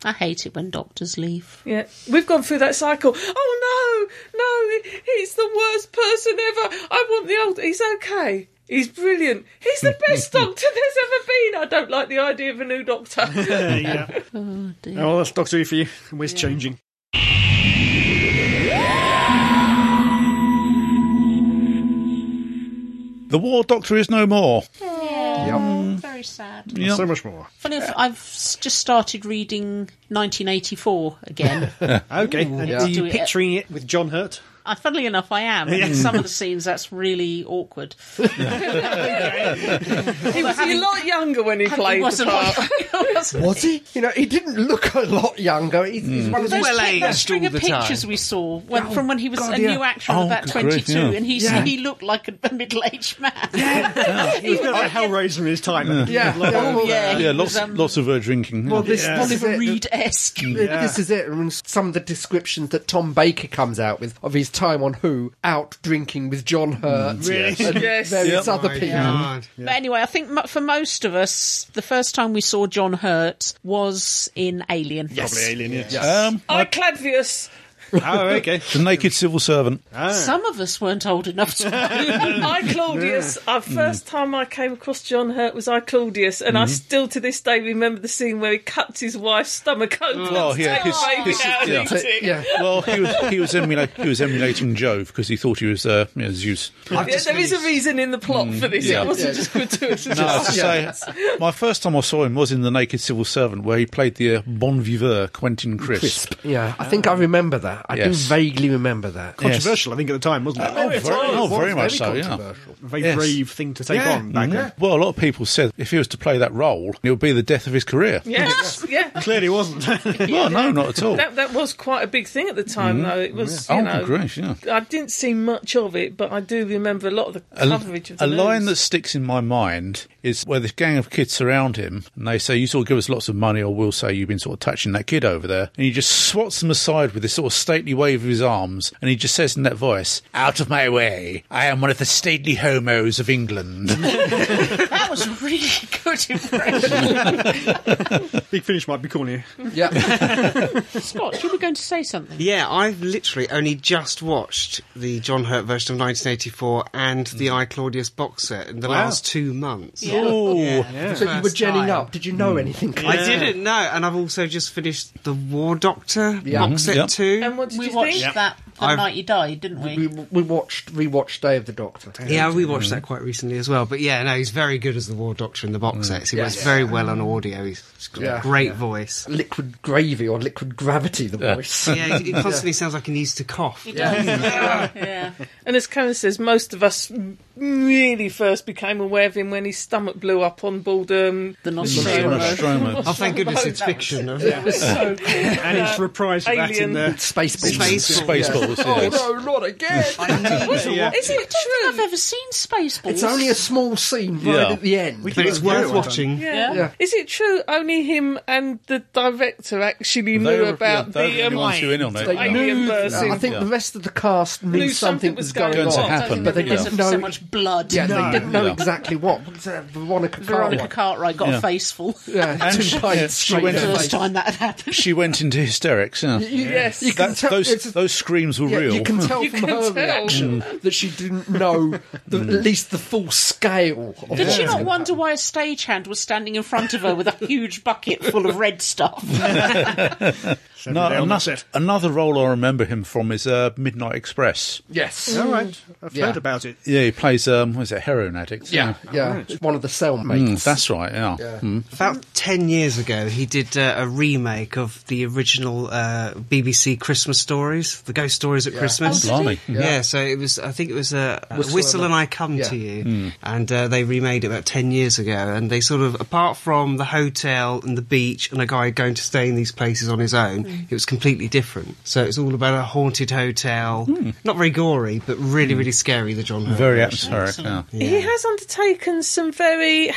[SPEAKER 2] I hate it when doctors leave.
[SPEAKER 4] yeah, we've gone through that cycle. Oh no, no, he- he's the worst person ever. I want the old. He's okay. He's brilliant. He's the best doctor there's ever been. I don't like the idea of a new doctor.
[SPEAKER 5] yeah. Oh, that's Doctor Who for you. And Where's changing?
[SPEAKER 1] The War Doctor is no more.
[SPEAKER 2] Very sad.
[SPEAKER 1] Yep.
[SPEAKER 5] So much more.
[SPEAKER 2] Funny enough, I've s- just started reading 1984 again.
[SPEAKER 5] Okay. and
[SPEAKER 3] yeah.
[SPEAKER 5] Are you
[SPEAKER 2] Do it.
[SPEAKER 5] picturing it with John Hurt?
[SPEAKER 2] Uh, funnily enough, I am. And in some of the scenes, that's really awkward.
[SPEAKER 4] he was a lot younger when he played
[SPEAKER 2] It was
[SPEAKER 4] the
[SPEAKER 2] a lot-
[SPEAKER 4] part.
[SPEAKER 2] it was-
[SPEAKER 3] Was he? You know, he didn't look a lot younger. He's, he's one of
[SPEAKER 2] Those
[SPEAKER 3] those
[SPEAKER 6] well
[SPEAKER 2] pic-
[SPEAKER 6] aged
[SPEAKER 2] that string
[SPEAKER 6] all
[SPEAKER 2] of
[SPEAKER 6] the time.
[SPEAKER 2] pictures we saw when, from when he was
[SPEAKER 6] God,
[SPEAKER 2] a
[SPEAKER 6] yeah.
[SPEAKER 2] new actor
[SPEAKER 1] Oh,
[SPEAKER 2] of about
[SPEAKER 1] good grief,
[SPEAKER 2] 22,
[SPEAKER 1] yeah.
[SPEAKER 2] and he, he looked like a, middle-aged man.
[SPEAKER 5] He was a bit like Hellraiser in his time.
[SPEAKER 3] Yeah.
[SPEAKER 2] Oh, yeah. he
[SPEAKER 1] Yeah,
[SPEAKER 2] was,
[SPEAKER 1] lots,
[SPEAKER 2] um,
[SPEAKER 1] lots of uh, drinking.
[SPEAKER 3] Well,
[SPEAKER 1] yeah.
[SPEAKER 3] this, this is
[SPEAKER 2] Oliver
[SPEAKER 3] it.
[SPEAKER 2] Reed-esque.
[SPEAKER 3] This is it. I mean, some of the descriptions that Tom Baker comes out with of his time on Who, out drinking with John Hurt,
[SPEAKER 5] Really?
[SPEAKER 3] and
[SPEAKER 4] Yes.
[SPEAKER 3] various
[SPEAKER 6] Oh
[SPEAKER 3] other
[SPEAKER 6] my
[SPEAKER 3] people.
[SPEAKER 6] God.
[SPEAKER 2] But anyway, I think mo- for most of us, the first time we saw John Hurt was in Alien.
[SPEAKER 5] Probably Alien, yeah.
[SPEAKER 1] um,
[SPEAKER 4] I Cladvius.
[SPEAKER 5] Oh, okay.
[SPEAKER 1] the Naked Civil Servant.
[SPEAKER 2] Some of us weren't old enough to.
[SPEAKER 4] I Claudius. Uh,
[SPEAKER 1] Mm.
[SPEAKER 4] first time I came across John Hurt was I Claudius, and
[SPEAKER 1] Mm-hmm.
[SPEAKER 4] I still to this day remember the scene where he cuts his wife's stomach open.
[SPEAKER 1] Oh,
[SPEAKER 4] and
[SPEAKER 1] yeah,
[SPEAKER 4] takes
[SPEAKER 1] his-
[SPEAKER 4] the baby
[SPEAKER 1] his-
[SPEAKER 4] out and
[SPEAKER 1] yeah.
[SPEAKER 4] eats
[SPEAKER 3] So,
[SPEAKER 4] it.
[SPEAKER 3] yeah.
[SPEAKER 1] Well, he was he was, emula- he was emulating Jove because he thought he was uh, you know, Zeus.
[SPEAKER 5] I've
[SPEAKER 4] Yeah,
[SPEAKER 5] just
[SPEAKER 4] there is a
[SPEAKER 5] finished.
[SPEAKER 4] reason in the plot for this.
[SPEAKER 1] Mm, yeah.
[SPEAKER 4] It wasn't
[SPEAKER 3] Yeah.
[SPEAKER 4] just gratuitous.
[SPEAKER 1] No, I have to say, my first time I saw him was in The Naked Civil Servant, where he played the uh, bon viveur Quentin Crisp.
[SPEAKER 3] Yeah, I think I remember that. I
[SPEAKER 1] Yes.
[SPEAKER 3] do vaguely remember that.
[SPEAKER 1] Yes.
[SPEAKER 5] Controversial, I think, at the time, wasn't it?
[SPEAKER 1] Oh, very, oh,
[SPEAKER 3] Well,
[SPEAKER 1] very
[SPEAKER 3] it's
[SPEAKER 1] much so,
[SPEAKER 3] very
[SPEAKER 1] yeah.
[SPEAKER 3] controversial.
[SPEAKER 5] A very
[SPEAKER 1] Yes.
[SPEAKER 5] brave thing to take
[SPEAKER 6] Yeah.
[SPEAKER 5] on back then.
[SPEAKER 1] Well, a lot of people said if he was to play that role, it would be the death of his career.
[SPEAKER 4] Yes, yeah.
[SPEAKER 5] Clearly wasn't.
[SPEAKER 1] Well, no, not at all.
[SPEAKER 4] That that was quite a big thing at the time, though. It was,
[SPEAKER 1] oh,
[SPEAKER 4] you
[SPEAKER 1] good
[SPEAKER 4] know,
[SPEAKER 1] grief, yeah.
[SPEAKER 4] I didn't see much of it, but I do remember a lot of the
[SPEAKER 1] A-
[SPEAKER 4] coverage of the
[SPEAKER 1] a line that
[SPEAKER 4] news.
[SPEAKER 1] sticks in my mind is where this gang of kids surround him and they say, You sort of give us lots of money, or we'll say you've been sort of touching that kid over there. And he just swats them aside with this sort of stately wave of his arms. And he just says in that voice, Out of my way. I am one of the stately homos of England.
[SPEAKER 2] that was a really good impression.
[SPEAKER 5] Big Finish might be calling you.
[SPEAKER 3] Yeah.
[SPEAKER 2] Scott, you were going to say something.
[SPEAKER 6] Yeah, I've literally only just watched the John Hurt version of 1984 and the
[SPEAKER 3] Mm.
[SPEAKER 6] I Claudius box set in the last two months.
[SPEAKER 1] oh,
[SPEAKER 6] Yeah.
[SPEAKER 3] so you were
[SPEAKER 6] First
[SPEAKER 3] genning
[SPEAKER 6] time.
[SPEAKER 3] up. Did you
[SPEAKER 1] Hmm.
[SPEAKER 3] know anything?
[SPEAKER 6] I didn't know, and I've also just finished the War Doctor
[SPEAKER 3] Yeah. Mm-hmm.
[SPEAKER 6] box set
[SPEAKER 1] Yep.
[SPEAKER 6] too.
[SPEAKER 4] And what did
[SPEAKER 2] We
[SPEAKER 4] you
[SPEAKER 2] watched
[SPEAKER 4] think?
[SPEAKER 2] that the
[SPEAKER 6] I've-
[SPEAKER 2] night you died, didn't we?
[SPEAKER 3] We, we watched rewatched Day of the Doctor.
[SPEAKER 6] Yeah, we watched that quite recently as well. But yeah, no, he's very good as the War Doctor in the box sets. He
[SPEAKER 3] Yeah.
[SPEAKER 6] works very well on audio. He's he's got
[SPEAKER 3] Yeah.
[SPEAKER 6] a great voice.
[SPEAKER 3] Liquid gravy or liquid gravity, the voice.
[SPEAKER 6] Yeah, he, he constantly sounds like he needs to cough.
[SPEAKER 2] yeah.
[SPEAKER 4] And as Karen says, most of us really first became aware of him when his stomach blew up on board. Um,
[SPEAKER 2] The
[SPEAKER 1] Stroma,
[SPEAKER 2] Nostromo.
[SPEAKER 1] Stroma.
[SPEAKER 6] Oh, thank goodness it's fiction. Yeah.
[SPEAKER 4] so cool.
[SPEAKER 5] And it's reprised for that in
[SPEAKER 4] Alien.
[SPEAKER 5] the.
[SPEAKER 3] Spaceballs.
[SPEAKER 6] Space
[SPEAKER 1] Spaceballs,
[SPEAKER 4] Oh,
[SPEAKER 1] yes.
[SPEAKER 3] Oh, No, not again.
[SPEAKER 5] Yeah.
[SPEAKER 4] Is it
[SPEAKER 2] I don't
[SPEAKER 4] true?
[SPEAKER 2] think I've ever seen Spaceballs.
[SPEAKER 3] it's only a small scene right
[SPEAKER 1] Yeah.
[SPEAKER 3] at the end.
[SPEAKER 6] But it's worth watching.
[SPEAKER 4] Yeah.
[SPEAKER 3] Yeah.
[SPEAKER 4] Is it true only him and the director actually
[SPEAKER 1] They
[SPEAKER 4] knew
[SPEAKER 1] were-
[SPEAKER 4] about
[SPEAKER 1] yeah, they were
[SPEAKER 4] the
[SPEAKER 1] the
[SPEAKER 4] um,
[SPEAKER 1] ones who were in on it.
[SPEAKER 4] the
[SPEAKER 1] They
[SPEAKER 4] alien
[SPEAKER 3] knew-
[SPEAKER 4] version?
[SPEAKER 3] I think
[SPEAKER 1] Yeah.
[SPEAKER 3] the rest of the cast knew,
[SPEAKER 4] Knew
[SPEAKER 3] something, was going,
[SPEAKER 1] Going to
[SPEAKER 3] on,
[SPEAKER 1] happen,
[SPEAKER 3] but they
[SPEAKER 1] yeah.
[SPEAKER 3] didn't
[SPEAKER 2] There's so
[SPEAKER 3] know.
[SPEAKER 2] much blood.
[SPEAKER 3] Yeah,
[SPEAKER 5] No.
[SPEAKER 3] they didn't know
[SPEAKER 1] Yeah.
[SPEAKER 3] exactly what. Was that Veronica
[SPEAKER 2] Veronica Cartwright
[SPEAKER 3] Cartwright.
[SPEAKER 2] got
[SPEAKER 1] Yeah.
[SPEAKER 2] a faceful.
[SPEAKER 3] Yeah,
[SPEAKER 1] And
[SPEAKER 3] two
[SPEAKER 1] she-
[SPEAKER 3] pints
[SPEAKER 1] yeah, she
[SPEAKER 3] straight
[SPEAKER 1] went
[SPEAKER 3] in the
[SPEAKER 2] First
[SPEAKER 3] face.
[SPEAKER 2] time that had happened.
[SPEAKER 1] She went into hysterics. Yeah.
[SPEAKER 3] You-
[SPEAKER 4] Yes.
[SPEAKER 3] you can
[SPEAKER 1] That-
[SPEAKER 3] tell-
[SPEAKER 1] those,
[SPEAKER 3] it's-
[SPEAKER 1] those screams were
[SPEAKER 3] yeah,
[SPEAKER 1] real.
[SPEAKER 3] You can tell
[SPEAKER 4] You
[SPEAKER 3] from
[SPEAKER 4] can
[SPEAKER 3] her
[SPEAKER 4] tell.
[SPEAKER 3] reaction that she didn't know the,
[SPEAKER 1] Mm.
[SPEAKER 3] at least the full scale. Of
[SPEAKER 2] Did
[SPEAKER 3] what
[SPEAKER 2] she
[SPEAKER 3] was
[SPEAKER 2] not
[SPEAKER 3] going
[SPEAKER 2] wonder why a stagehand was standing in front of her with a huge bucket full of red stuff?
[SPEAKER 1] No,
[SPEAKER 5] Yeah, that's
[SPEAKER 1] another,
[SPEAKER 5] it.
[SPEAKER 1] another role I remember him from is uh, Midnight Express.
[SPEAKER 3] on. Yes.
[SPEAKER 2] Mm.
[SPEAKER 5] All right. I've
[SPEAKER 3] Yeah.
[SPEAKER 5] heard about it.
[SPEAKER 1] Yeah, he plays, um, what is it, heroin addict?
[SPEAKER 3] Yeah. Yeah. It's One of the cellmates.
[SPEAKER 1] Mm, that's right, yeah. Mm.
[SPEAKER 6] About 10 years ago, he did uh, a remake of the original uh, BBC Christmas stories, the ghost stories at Christmas.
[SPEAKER 1] Oh, did he?
[SPEAKER 6] yeah. so it was, I think it was uh, uh, Whistle,
[SPEAKER 3] Whistle
[SPEAKER 6] and
[SPEAKER 3] and
[SPEAKER 6] I Come to
[SPEAKER 3] Yeah.
[SPEAKER 6] You. And uh, they remade it about 10 years ago. And they sort of, apart from the hotel and the beach and a guy going to stay in these places on his own, it was completely different. So it's all about a haunted hotel. Not very gory, but really, really scary, the John Hurt.
[SPEAKER 1] Very
[SPEAKER 6] version.
[SPEAKER 1] atmospheric, yeah.
[SPEAKER 4] He has undertaken some very,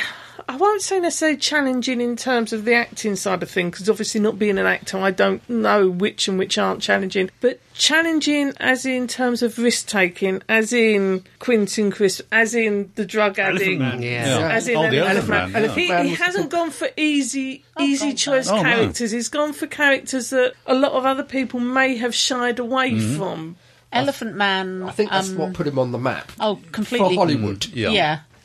[SPEAKER 4] I won't say necessarily challenging in terms of the acting side of things, because obviously not being an actor, I don't know which and which aren't challenging, but challenging as in terms of risk taking, as in Quentin Crisp, as in the drug addict.
[SPEAKER 6] Yeah.
[SPEAKER 1] Yeah.
[SPEAKER 4] As in
[SPEAKER 1] oh, the
[SPEAKER 4] Elephant
[SPEAKER 1] Elephant
[SPEAKER 4] Man.
[SPEAKER 1] Man, yeah.
[SPEAKER 4] He,
[SPEAKER 3] Man
[SPEAKER 4] he
[SPEAKER 3] was the
[SPEAKER 4] hasn't gone for easy, easy choice
[SPEAKER 1] Oh, no.
[SPEAKER 4] characters. He's gone for characters that a lot of other people may have shied away
[SPEAKER 1] Mm-hmm.
[SPEAKER 4] from.
[SPEAKER 2] Elephant Man.
[SPEAKER 3] I think that's
[SPEAKER 2] um,
[SPEAKER 3] what put him on the map
[SPEAKER 2] Oh, completely.
[SPEAKER 3] for Hollywood.
[SPEAKER 1] Mm, Yeah.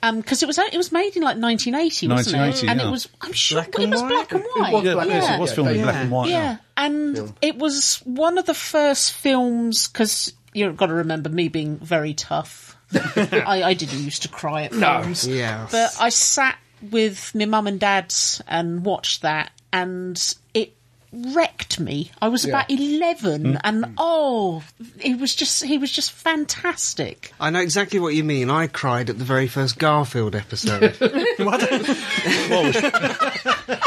[SPEAKER 2] Yeah. because it was it was made in like 1980, wasn't
[SPEAKER 1] 1980,
[SPEAKER 2] it? And
[SPEAKER 1] yeah.
[SPEAKER 2] it was I'm sure
[SPEAKER 6] Black
[SPEAKER 2] it
[SPEAKER 6] and
[SPEAKER 2] was
[SPEAKER 6] white?
[SPEAKER 2] black and
[SPEAKER 6] It
[SPEAKER 2] white.
[SPEAKER 6] was
[SPEAKER 1] Yeah,
[SPEAKER 6] black
[SPEAKER 1] it was-
[SPEAKER 2] yeah.
[SPEAKER 1] it was filmed in
[SPEAKER 6] Yeah.
[SPEAKER 1] black and white.
[SPEAKER 2] Yeah, and it was one of the first films because you've got to remember me being very tough. I, I didn't used to cry at films,
[SPEAKER 6] Yeah.
[SPEAKER 2] but I sat with my mum and dad and watched that, and it wrecked me. I was about eleven,
[SPEAKER 1] Mm.
[SPEAKER 2] and oh, it was just he was just fantastic.
[SPEAKER 6] I know exactly what you mean. I cried at the very first Garfield episode.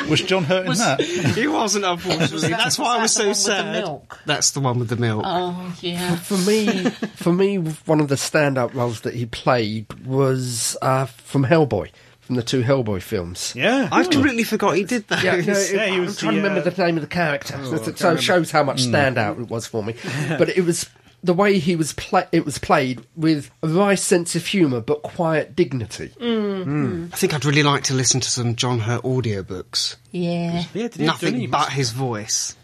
[SPEAKER 1] Was John hurt in
[SPEAKER 2] Was-
[SPEAKER 1] that?
[SPEAKER 6] he wasn't,
[SPEAKER 2] Was
[SPEAKER 6] unfortunately.
[SPEAKER 2] that-
[SPEAKER 6] That's why I was
[SPEAKER 2] that
[SPEAKER 6] so
[SPEAKER 2] the one with the
[SPEAKER 6] sad.
[SPEAKER 2] milk?
[SPEAKER 6] That's the one with the milk.
[SPEAKER 2] Oh yeah,
[SPEAKER 3] For me, for me, one of the standout roles that he played was uh, from Hellboy, from the two Hellboy films.
[SPEAKER 5] Yeah.
[SPEAKER 6] I've completely forgot he did that.
[SPEAKER 3] Yeah, no, it-
[SPEAKER 5] Yeah, he
[SPEAKER 3] I'm
[SPEAKER 5] was
[SPEAKER 3] trying
[SPEAKER 5] the,
[SPEAKER 3] to remember
[SPEAKER 5] uh,
[SPEAKER 3] the name of the character.
[SPEAKER 1] Oh,
[SPEAKER 3] so it shows how
[SPEAKER 1] Mm.
[SPEAKER 3] much standout it was for me. but it was the way he was pla- it was played with a wry sense of humour but quiet dignity.
[SPEAKER 6] I think I'd really like to listen to some John Hurt audiobooks.
[SPEAKER 2] yeah.
[SPEAKER 5] Yeah, did he- didn't he?
[SPEAKER 6] Nothing but his voice.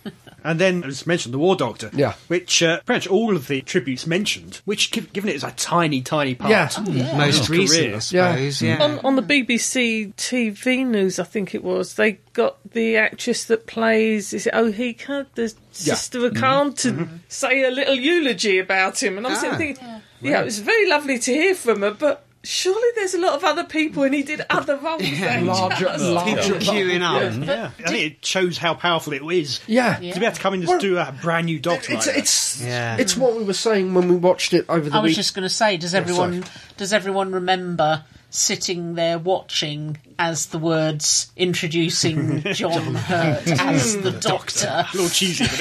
[SPEAKER 5] And then, as mentioned, the War Doctor.
[SPEAKER 3] Yeah.
[SPEAKER 5] Which, uh, pretty much all of the tributes mentioned, which, gi- given it is a tiny, tiny part.
[SPEAKER 3] Yeah. Mm,
[SPEAKER 6] Most
[SPEAKER 5] Career.
[SPEAKER 6] recent, I
[SPEAKER 3] Yeah.
[SPEAKER 6] suppose. Yeah.
[SPEAKER 4] On, on the BBC TV news, I think it was, they got the actress that plays, is it Ohika, the sister
[SPEAKER 3] Mm-hmm.
[SPEAKER 4] of Khan, to say a little eulogy about him. And I'm sitting
[SPEAKER 6] Ah.
[SPEAKER 4] thinking, yeah. it was very lovely to hear from her, but surely there's a lot of other people and he did other roles. than
[SPEAKER 3] Larger,
[SPEAKER 4] just-
[SPEAKER 3] larger.
[SPEAKER 6] People queuing up.
[SPEAKER 5] Yeah. I think it shows how powerful it is.
[SPEAKER 3] Yeah.
[SPEAKER 5] To be able to come in and just do a brand new Doctor.
[SPEAKER 3] It's
[SPEAKER 5] like that.
[SPEAKER 3] it's
[SPEAKER 6] Yeah.
[SPEAKER 3] it's what we were saying when we watched it over the
[SPEAKER 2] I was
[SPEAKER 3] week.
[SPEAKER 2] just going to say, does everyone does everyone remember sitting there watching as the words introducing John Hurt as
[SPEAKER 1] Mm.
[SPEAKER 2] the Doctor?
[SPEAKER 5] a little cheesy, but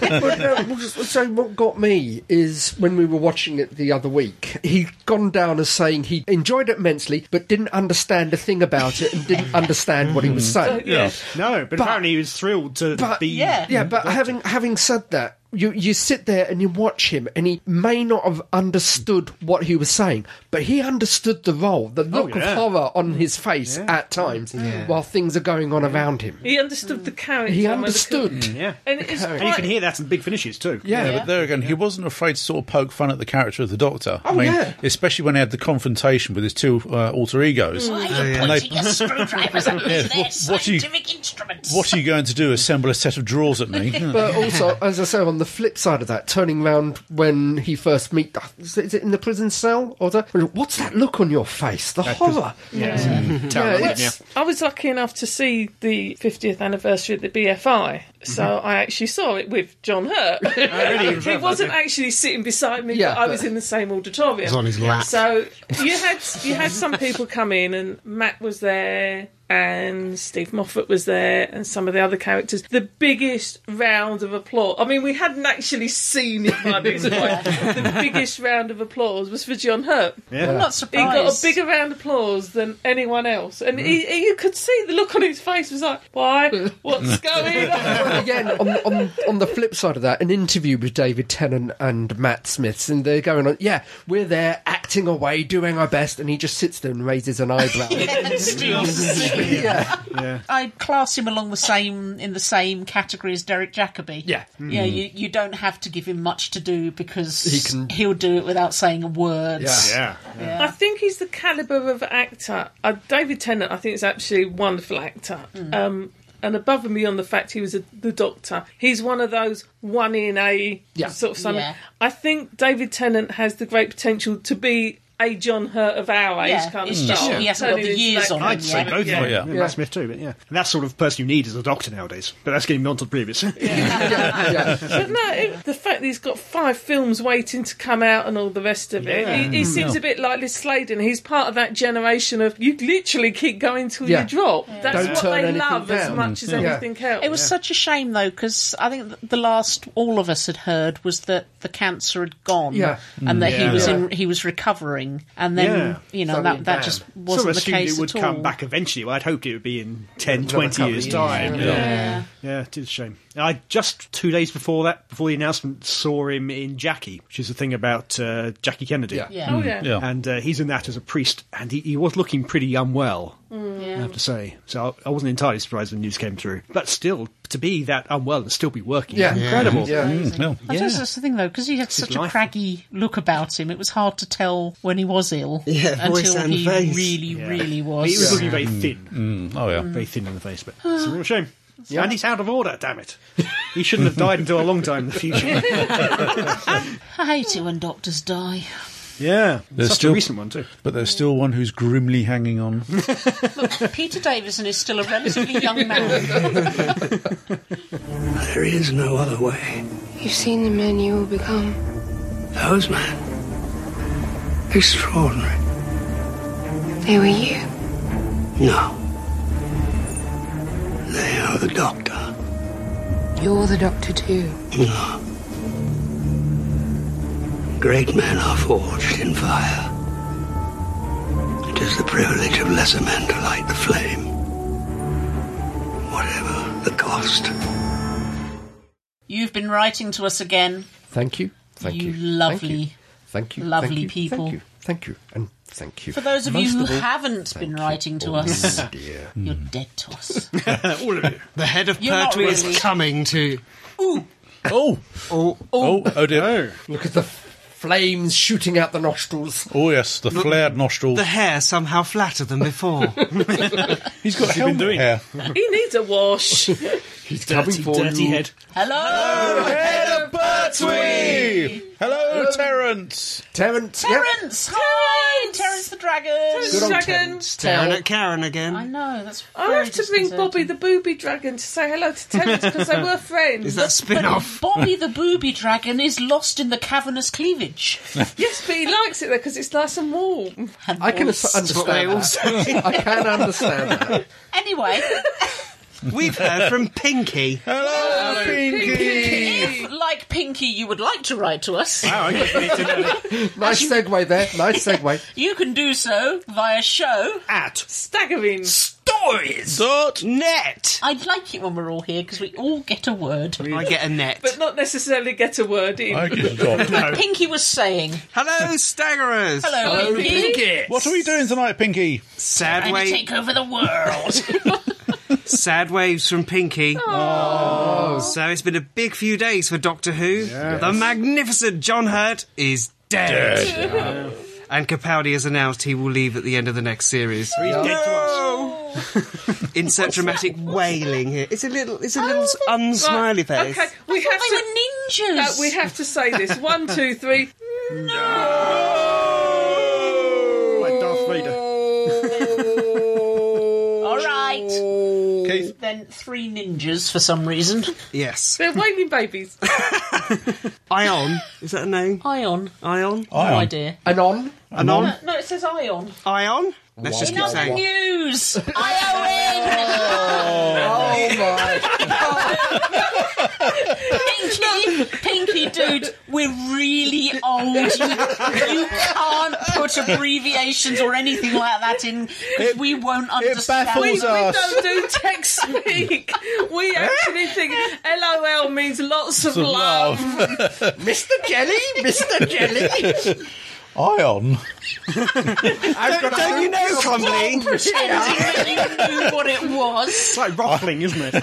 [SPEAKER 3] But, uh, well, just- so what got me is when we were watching it the other week, he'd gone down as saying he enjoyed it immensely, but didn't understand a thing about it and didn't understand what he was saying.
[SPEAKER 4] Yeah.
[SPEAKER 5] No, but, apparently he was thrilled to
[SPEAKER 3] But
[SPEAKER 5] be.
[SPEAKER 2] yeah.
[SPEAKER 3] yeah, but having having said that, you you sit there and you watch him, and he may not have understood what he was saying, but he understood the role, the look
[SPEAKER 5] Oh, yeah.
[SPEAKER 3] of horror on his face at times while things are going on around him.
[SPEAKER 4] He understood the character.
[SPEAKER 3] He
[SPEAKER 4] and the-
[SPEAKER 3] understood.
[SPEAKER 5] Yeah.
[SPEAKER 4] And it is
[SPEAKER 5] And you can
[SPEAKER 4] quite
[SPEAKER 5] hear that in big finishes too.
[SPEAKER 3] Yeah.
[SPEAKER 1] But there again, he wasn't afraid to sort of poke fun at the character of the Doctor.
[SPEAKER 3] Oh,
[SPEAKER 1] I mean,
[SPEAKER 3] yeah.
[SPEAKER 1] especially when he had the confrontation with his two uh, alter egos.
[SPEAKER 2] Why
[SPEAKER 1] And
[SPEAKER 2] are you
[SPEAKER 1] they-
[SPEAKER 2] pointing your screwdrivers at me?
[SPEAKER 1] Yeah,
[SPEAKER 2] They're
[SPEAKER 1] what- what are you-
[SPEAKER 2] scientific instruments.
[SPEAKER 1] what are you going to do? Assemble a set of drawers at me? Hmm,
[SPEAKER 3] But also, as I say, on the flip side of that, turning round when he first meet, is it in the prison cell or the, what's that look on your face? The horror.
[SPEAKER 5] Yeah. Mm. Terrible,
[SPEAKER 3] Yeah,
[SPEAKER 5] yeah,
[SPEAKER 3] it's-
[SPEAKER 4] I was lucky enough to see the 50th anniversary of the BFI, so I actually saw it with John Hurt. he wasn't actually sitting beside me,
[SPEAKER 3] Yeah,
[SPEAKER 4] but I
[SPEAKER 3] but-
[SPEAKER 4] was in the same auditorium. It
[SPEAKER 6] was on his lap.
[SPEAKER 4] So you had you had some people come in, and Matt was there, and Steve Moffat was there, and some of the other characters. The biggest round of applause. I mean, we hadn't actually seen it by this point. The biggest round of applause was for John Hurt.
[SPEAKER 2] I'm not
[SPEAKER 4] He got a
[SPEAKER 2] surprised.
[SPEAKER 4] bigger round of applause than anyone else, and
[SPEAKER 2] Mm.
[SPEAKER 4] he, he- you could see the look on his face was like, "Why? What's going on?"
[SPEAKER 3] Again, on, on, on the flip side of that, an interview with David Tennant and Matt Smiths, and they're going on, yeah, we're there acting away, doing our best, and he just sits there and raises an eyebrow.
[SPEAKER 2] I'd class him along the same in the same category as Derek Jacobi.
[SPEAKER 3] Yeah.
[SPEAKER 2] yeah. You, you don't have to give him much to do because
[SPEAKER 3] He
[SPEAKER 2] he
[SPEAKER 3] can-
[SPEAKER 2] will do it without saying a word.
[SPEAKER 3] Yeah.
[SPEAKER 5] Yeah.
[SPEAKER 4] I think he's the caliber of actor. Uh, David Tennant, I think, is absolutely a wonderful actor.
[SPEAKER 2] Mm.
[SPEAKER 4] Um, and above and beyond the fact he was a, the doctor, he's one of those one in a
[SPEAKER 3] Yeah.
[SPEAKER 4] sort of something.
[SPEAKER 2] Yeah.
[SPEAKER 4] I think David Tennant has the great potential to be a John Hurt of our
[SPEAKER 2] Yeah,
[SPEAKER 4] age kind
[SPEAKER 2] it's
[SPEAKER 4] of
[SPEAKER 2] just
[SPEAKER 4] stuff.
[SPEAKER 2] he hasn't got the
[SPEAKER 4] Turning his
[SPEAKER 2] years
[SPEAKER 4] back
[SPEAKER 2] on him
[SPEAKER 5] I'd say
[SPEAKER 2] Yeah.
[SPEAKER 5] both of them.
[SPEAKER 1] Yeah.
[SPEAKER 5] Yeah. Matt Smith too, but yeah. And that's sort of person you need as a doctor nowadays. But that's getting on to the previous.
[SPEAKER 4] But no, it- the fact that he's got five films waiting to come out and all the rest of it, he, he seems a bit like Liz Sladen. He's part of that generation of you literally keep going till
[SPEAKER 3] Yeah.
[SPEAKER 4] you drop. That's
[SPEAKER 3] Don't
[SPEAKER 4] what
[SPEAKER 3] turn
[SPEAKER 4] they
[SPEAKER 3] anything
[SPEAKER 4] love as
[SPEAKER 3] down.
[SPEAKER 4] much as
[SPEAKER 3] Yeah.
[SPEAKER 4] anything else.
[SPEAKER 2] It was such a shame though, because I think th- the last all of us had heard was that the cancer had gone,
[SPEAKER 3] Yeah.
[SPEAKER 2] and that
[SPEAKER 5] Yeah.
[SPEAKER 2] he was
[SPEAKER 3] Yeah.
[SPEAKER 2] in, he was recovering, and then
[SPEAKER 5] Yeah.
[SPEAKER 2] you know
[SPEAKER 3] So
[SPEAKER 2] that that
[SPEAKER 3] bam.
[SPEAKER 2] just
[SPEAKER 5] sort of
[SPEAKER 2] wasn't the
[SPEAKER 5] assumed
[SPEAKER 2] case
[SPEAKER 5] it would
[SPEAKER 2] at all.
[SPEAKER 5] come back eventually. Well, I'd hoped it would be in 10,
[SPEAKER 3] Another
[SPEAKER 5] 20
[SPEAKER 3] couple
[SPEAKER 5] years'
[SPEAKER 3] of
[SPEAKER 5] time.
[SPEAKER 3] years,
[SPEAKER 5] Yeah.
[SPEAKER 2] Yeah.
[SPEAKER 5] Yeah, it is a shame. I just two days before that, before the announcement, saw him in Jackie, which is the thing about uh, Jackie Kennedy.
[SPEAKER 3] Yeah.
[SPEAKER 2] Yeah.
[SPEAKER 4] Oh, yeah.
[SPEAKER 1] Yeah.
[SPEAKER 5] And uh, he's in that as a priest, and he, he was looking pretty unwell, I have to say. So I, I wasn't entirely surprised when the news came through. But still, to be that unwell and still be working.
[SPEAKER 3] Yeah. Yeah.
[SPEAKER 5] incredible. Mm.
[SPEAKER 3] Yeah.
[SPEAKER 5] no.
[SPEAKER 2] I suppose that's the thing, though, because he had such a
[SPEAKER 5] life.
[SPEAKER 2] craggy look about him. It was hard to tell when he was ill
[SPEAKER 6] Yeah, voice
[SPEAKER 2] until
[SPEAKER 6] and
[SPEAKER 2] he
[SPEAKER 6] face.
[SPEAKER 2] really, really
[SPEAKER 5] He was
[SPEAKER 2] was.
[SPEAKER 5] looking very thin,
[SPEAKER 1] Oh yeah.
[SPEAKER 5] very thin on the face, but it's a real shame. And he's out of order. Damn it! He shouldn't have died until a long time in the future.
[SPEAKER 2] I hate it when doctors die.
[SPEAKER 5] yeah,
[SPEAKER 1] There's
[SPEAKER 5] such
[SPEAKER 1] still-
[SPEAKER 5] a recent one too.
[SPEAKER 1] But there's still one who's grimly hanging on.
[SPEAKER 2] Peter Davison is still a relatively young man.
[SPEAKER 8] There is no other way.
[SPEAKER 9] You've seen the men you will become.
[SPEAKER 8] Those men. Extraordinary.
[SPEAKER 9] They were you.
[SPEAKER 8] No. They are the doctor.
[SPEAKER 9] You're the doctor too.
[SPEAKER 8] No. Great men are forged in fire. It is the privilege of lesser men to light the flame. Whatever the cost.
[SPEAKER 2] You've been writing to us again.
[SPEAKER 3] Thank you. Thank
[SPEAKER 2] You
[SPEAKER 3] you. Thank
[SPEAKER 2] lovely,
[SPEAKER 3] Thank you.
[SPEAKER 2] lovely
[SPEAKER 3] thank you,
[SPEAKER 2] people.
[SPEAKER 3] Thank you. Thank you. And thank you.
[SPEAKER 2] For those of
[SPEAKER 3] Most
[SPEAKER 2] you who
[SPEAKER 3] all,
[SPEAKER 2] haven't
[SPEAKER 3] thank
[SPEAKER 2] been
[SPEAKER 3] you
[SPEAKER 2] writing to
[SPEAKER 3] all Mm.
[SPEAKER 2] us,
[SPEAKER 3] you, dear.
[SPEAKER 2] you're dead to us.
[SPEAKER 5] All of you.
[SPEAKER 6] The head of
[SPEAKER 2] You're not
[SPEAKER 6] Pertwee
[SPEAKER 2] really.
[SPEAKER 6] is coming to.
[SPEAKER 1] Oh,
[SPEAKER 6] Oh,
[SPEAKER 1] oh, oh dear.
[SPEAKER 3] Look at the flames shooting out the nostrils.
[SPEAKER 1] Oh yes, the flared nostrils.
[SPEAKER 6] the hair somehow flatter than before.
[SPEAKER 1] He's got helmet
[SPEAKER 5] doing?
[SPEAKER 1] hair.
[SPEAKER 4] He needs a wash.
[SPEAKER 3] He's
[SPEAKER 5] Dirty,
[SPEAKER 3] coming for
[SPEAKER 5] dirty
[SPEAKER 3] you.
[SPEAKER 5] head.
[SPEAKER 2] Hello,
[SPEAKER 1] Head of Pertwee. Hello, Terence.
[SPEAKER 3] Terence. yep.
[SPEAKER 2] Terence. Hi, Terence the Dragon.
[SPEAKER 3] Good old
[SPEAKER 4] Dragon.
[SPEAKER 6] Karen at Karen
[SPEAKER 2] I
[SPEAKER 6] again.
[SPEAKER 2] know that's.
[SPEAKER 4] I'll
[SPEAKER 2] very
[SPEAKER 4] have to bring
[SPEAKER 2] disconcerting.
[SPEAKER 4] Bobby the Booby Dragon to say hello to Terence because they were friends.
[SPEAKER 6] Is that spin off?
[SPEAKER 2] Bobby the booby dragon is lost in the cavernous cleavage.
[SPEAKER 4] Yes, but he likes it there because it's nice and warm.
[SPEAKER 2] And
[SPEAKER 3] I can
[SPEAKER 2] moist.
[SPEAKER 3] as- understand that. I can understand that.
[SPEAKER 2] Anyway,
[SPEAKER 6] We've heard from Pinky.
[SPEAKER 1] Hello, Pinky.
[SPEAKER 2] if, like Pinky, you would like to write to us,
[SPEAKER 5] Wow, I get to know that.
[SPEAKER 3] Nice segue there. Nice segue.
[SPEAKER 2] you can do so via show.
[SPEAKER 5] at
[SPEAKER 4] Staggering.
[SPEAKER 6] Stories.
[SPEAKER 1] Dot.
[SPEAKER 6] Net.
[SPEAKER 2] I'd like it when we're all here because we all get a word.
[SPEAKER 6] I get a net.
[SPEAKER 4] But not necessarily get a word in.
[SPEAKER 1] I get a dot.
[SPEAKER 2] Pinky was saying,
[SPEAKER 6] Hello, Staggerers.
[SPEAKER 2] "Hello, Pinky,
[SPEAKER 1] What are we doing tonight, Pinky?
[SPEAKER 6] Sad,
[SPEAKER 2] and
[SPEAKER 6] wa-
[SPEAKER 2] take over the world."
[SPEAKER 6] sad waves from Pinky. So it's been a big few days for Doctor Who. The magnificent John Hurt is dead. And Capaldi has announced he will leave at the end of the next series. Insert dramatic wailing here. It's a little, it's a little unsmiley
[SPEAKER 4] Oh, Right,
[SPEAKER 6] face.
[SPEAKER 4] Okay, we have
[SPEAKER 2] they
[SPEAKER 4] to.
[SPEAKER 2] were ninjas.
[SPEAKER 4] uh, we have to say this. One, two, three.
[SPEAKER 5] like Darth Vader.
[SPEAKER 4] Oh.
[SPEAKER 2] all right.
[SPEAKER 1] Keith.
[SPEAKER 2] Then three ninjas for some reason.
[SPEAKER 6] Yes.
[SPEAKER 4] They're wailing babies.
[SPEAKER 6] Ion. Is that a name?
[SPEAKER 2] Ion,
[SPEAKER 6] Ion.
[SPEAKER 2] no
[SPEAKER 1] Ion.
[SPEAKER 2] idea. Uh,
[SPEAKER 3] And on.
[SPEAKER 6] Anon.
[SPEAKER 2] No, it says Ion.
[SPEAKER 6] Ion. Let's just
[SPEAKER 2] In
[SPEAKER 6] keep
[SPEAKER 2] other
[SPEAKER 6] saying.
[SPEAKER 2] news, Ion.
[SPEAKER 3] Oh my.
[SPEAKER 2] Pinky, Pinky, dude, we're really old. You, you can't put abbreviations or anything like that in because we won't understand.
[SPEAKER 1] baffles
[SPEAKER 4] We
[SPEAKER 1] us.
[SPEAKER 4] don't do text speak. We actually think LOL means lots of love.
[SPEAKER 3] Mr. Jelly? Mr. Jelly?
[SPEAKER 1] Ion.
[SPEAKER 3] I've got
[SPEAKER 6] Don't you know, Comley?
[SPEAKER 2] Pretending that you knew what it was.
[SPEAKER 5] It's like ruffling, isn't it?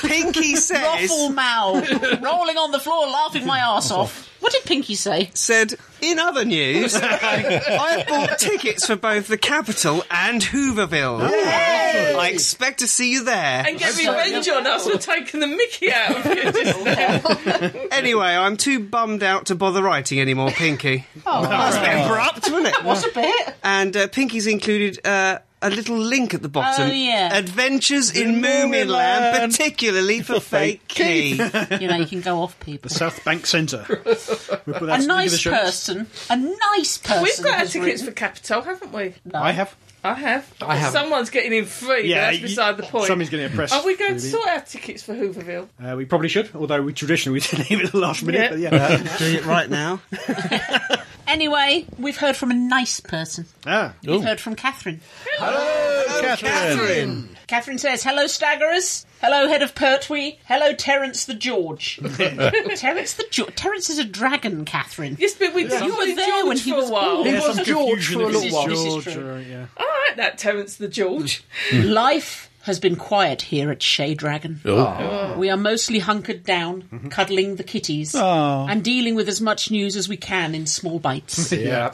[SPEAKER 6] Pinky
[SPEAKER 2] Ruffle
[SPEAKER 6] says
[SPEAKER 2] mouth, rolling on the floor, laughing my ass off. What did Pinky say?
[SPEAKER 6] said in other news, I've bought tickets for both the Capitol and Hooverville. I expect to see you there.
[SPEAKER 4] And get revenge on us for taking the mickey out of you just now.
[SPEAKER 6] Anyway, I'm too bummed out to bother writing anymore, Pinky. oh, that's a bit abrupt, wasn't it?
[SPEAKER 2] What's a bit?
[SPEAKER 6] And uh, Pinky's included uh, a little link at the bottom.
[SPEAKER 2] Oh, yeah.
[SPEAKER 6] Adventures in
[SPEAKER 1] Moomin
[SPEAKER 6] Moomin Land,
[SPEAKER 1] Land.
[SPEAKER 6] particularly for, fake Key.
[SPEAKER 2] You know, you can go off people.
[SPEAKER 5] South Bank Centre. We put
[SPEAKER 2] A
[SPEAKER 5] out some of the
[SPEAKER 2] nice
[SPEAKER 5] shows.
[SPEAKER 2] person, a nice person.
[SPEAKER 4] We've got our
[SPEAKER 2] has
[SPEAKER 4] tickets
[SPEAKER 2] written-
[SPEAKER 4] for Capitol, haven't we?
[SPEAKER 5] I have.
[SPEAKER 4] I have. I
[SPEAKER 3] haven't.
[SPEAKER 4] Someone's getting in free.
[SPEAKER 5] Yeah,
[SPEAKER 4] Yeah, that's
[SPEAKER 5] you-
[SPEAKER 4] beside the point.
[SPEAKER 5] Somebody's going to impress.
[SPEAKER 4] Are we going to sort our tickets for Hooverville?
[SPEAKER 5] Uh, we probably should, although we traditionally we leave it at the last minute.
[SPEAKER 4] Yeah.
[SPEAKER 5] But yeah.
[SPEAKER 6] Doing it right now.
[SPEAKER 2] Anyway, we've heard from a nice person.
[SPEAKER 5] ah,
[SPEAKER 2] We've heard from Catherine.
[SPEAKER 6] Catherine.
[SPEAKER 2] Catherine says, Hello, Staggerers. Hello, Head of Pertwee. Hello, Terence the George. Terence the George. Terence is a dragon, Catherine.
[SPEAKER 4] Yes, but we
[SPEAKER 2] You were there
[SPEAKER 4] George
[SPEAKER 2] when he
[SPEAKER 4] for
[SPEAKER 2] was
[SPEAKER 4] a while.
[SPEAKER 3] It
[SPEAKER 5] There's
[SPEAKER 3] was
[SPEAKER 5] some
[SPEAKER 3] George
[SPEAKER 5] confusion
[SPEAKER 3] for a
[SPEAKER 5] if
[SPEAKER 3] little
[SPEAKER 5] it's
[SPEAKER 3] while.
[SPEAKER 2] This is
[SPEAKER 5] George
[SPEAKER 2] true.
[SPEAKER 5] or- yeah.
[SPEAKER 4] I like that Terence the George.
[SPEAKER 2] Life has been quiet here at Shea Dragon. We are mostly hunkered down, cuddling the kitties, and dealing with as much news as we can in small bites.
[SPEAKER 3] Yeah.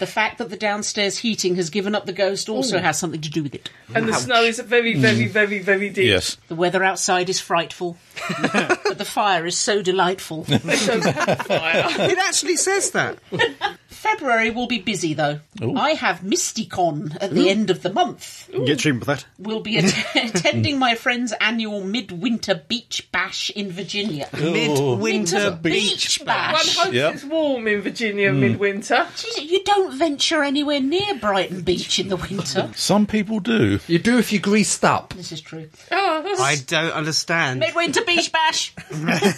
[SPEAKER 2] the fact that the downstairs heating has given up the ghost also has something to do with it.
[SPEAKER 4] And the snow is very, very, very, very deep.
[SPEAKER 1] Yes.
[SPEAKER 2] The weather outside is frightful, but the fire is so delightful.
[SPEAKER 6] It actually says that.
[SPEAKER 2] February will be busy though. I have Mysticon at the end of the month.
[SPEAKER 5] Get treatment for that.
[SPEAKER 2] will be att- attending my friend's annual midwinter beach bash in Virginia.
[SPEAKER 6] Midwinter
[SPEAKER 2] beach
[SPEAKER 4] One
[SPEAKER 2] bash.
[SPEAKER 4] hopes
[SPEAKER 1] Yep.
[SPEAKER 4] it's warm in Virginia midwinter.
[SPEAKER 2] Jeez, You don't venture anywhere near Brighton Beach in the winter.
[SPEAKER 1] Some people do.
[SPEAKER 3] You do if you greased up.
[SPEAKER 2] this is true.
[SPEAKER 4] Oh, that's
[SPEAKER 6] I don't understand.
[SPEAKER 2] Midwinter beach bash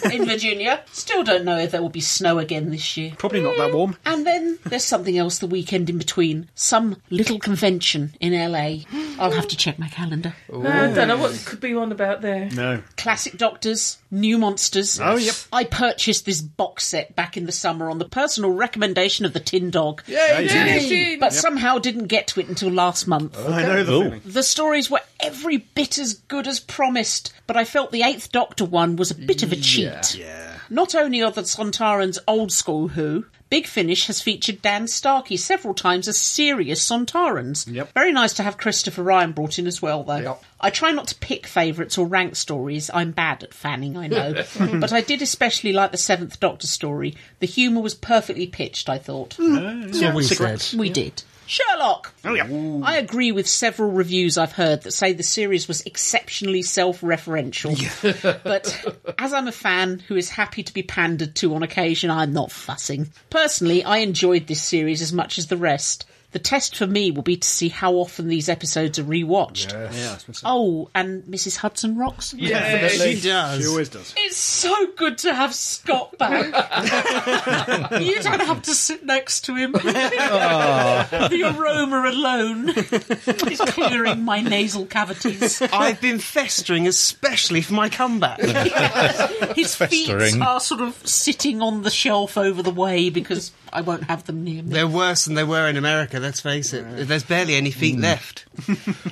[SPEAKER 2] in Virginia. Still don't know if there will be snow again this year.
[SPEAKER 5] Probably not that warm.
[SPEAKER 2] And then there's something else the weekend in between. Some little convention in LA. I'll have to check my calendar.
[SPEAKER 4] uh, I don't know what could be on about there.
[SPEAKER 5] No.
[SPEAKER 2] Classic Doctors, New Monsters.
[SPEAKER 5] Oh, yep.
[SPEAKER 2] I purchased this box set back in the summer on the personal recommendation of the Tin Dog.
[SPEAKER 4] Virgin.
[SPEAKER 2] but somehow didn't get to it until last month.
[SPEAKER 5] I know the feeling.
[SPEAKER 2] The stories were every bit as good as promised, but I felt the Eighth Doctor one was a bit of a cheat.
[SPEAKER 5] Yeah.
[SPEAKER 2] Not only are the Sontarans old school Who, Big Finish has featured Dan Starkey several times as serious Sontarans.
[SPEAKER 5] Yep.
[SPEAKER 2] Very nice to have Christopher Ryan brought in as well, though. I try not to pick favourites or rank stories. I'm bad at fanning, I know. but I did especially like the Seventh Doctor story. The humour was perfectly pitched, I thought.
[SPEAKER 5] Hmm.
[SPEAKER 3] That's what we said.
[SPEAKER 2] We did. Sherlock!
[SPEAKER 5] Oh, yeah.
[SPEAKER 2] I agree with several reviews I've heard that say the series was exceptionally self referential. but as I'm a fan who is happy to be pandered to on occasion, I'm not fussing. Personally, I enjoyed this series as much as the rest. The test for me will be to see how often these episodes are rewatched. Oh, and Mrs. Hudson rocks.
[SPEAKER 6] She does.
[SPEAKER 5] She always does.
[SPEAKER 2] It's so good to have Scott back. you don't have to sit next to him. the aroma alone is clearing my nasal cavities.
[SPEAKER 6] I've been festering, especially for my comeback.
[SPEAKER 2] His feet
[SPEAKER 1] Festering.
[SPEAKER 2] are sort of sitting on the shelf over the way because I won't have them near me.
[SPEAKER 6] They're worse than they were in America, let's face it. There's barely any feet
[SPEAKER 2] Hmm.
[SPEAKER 6] left.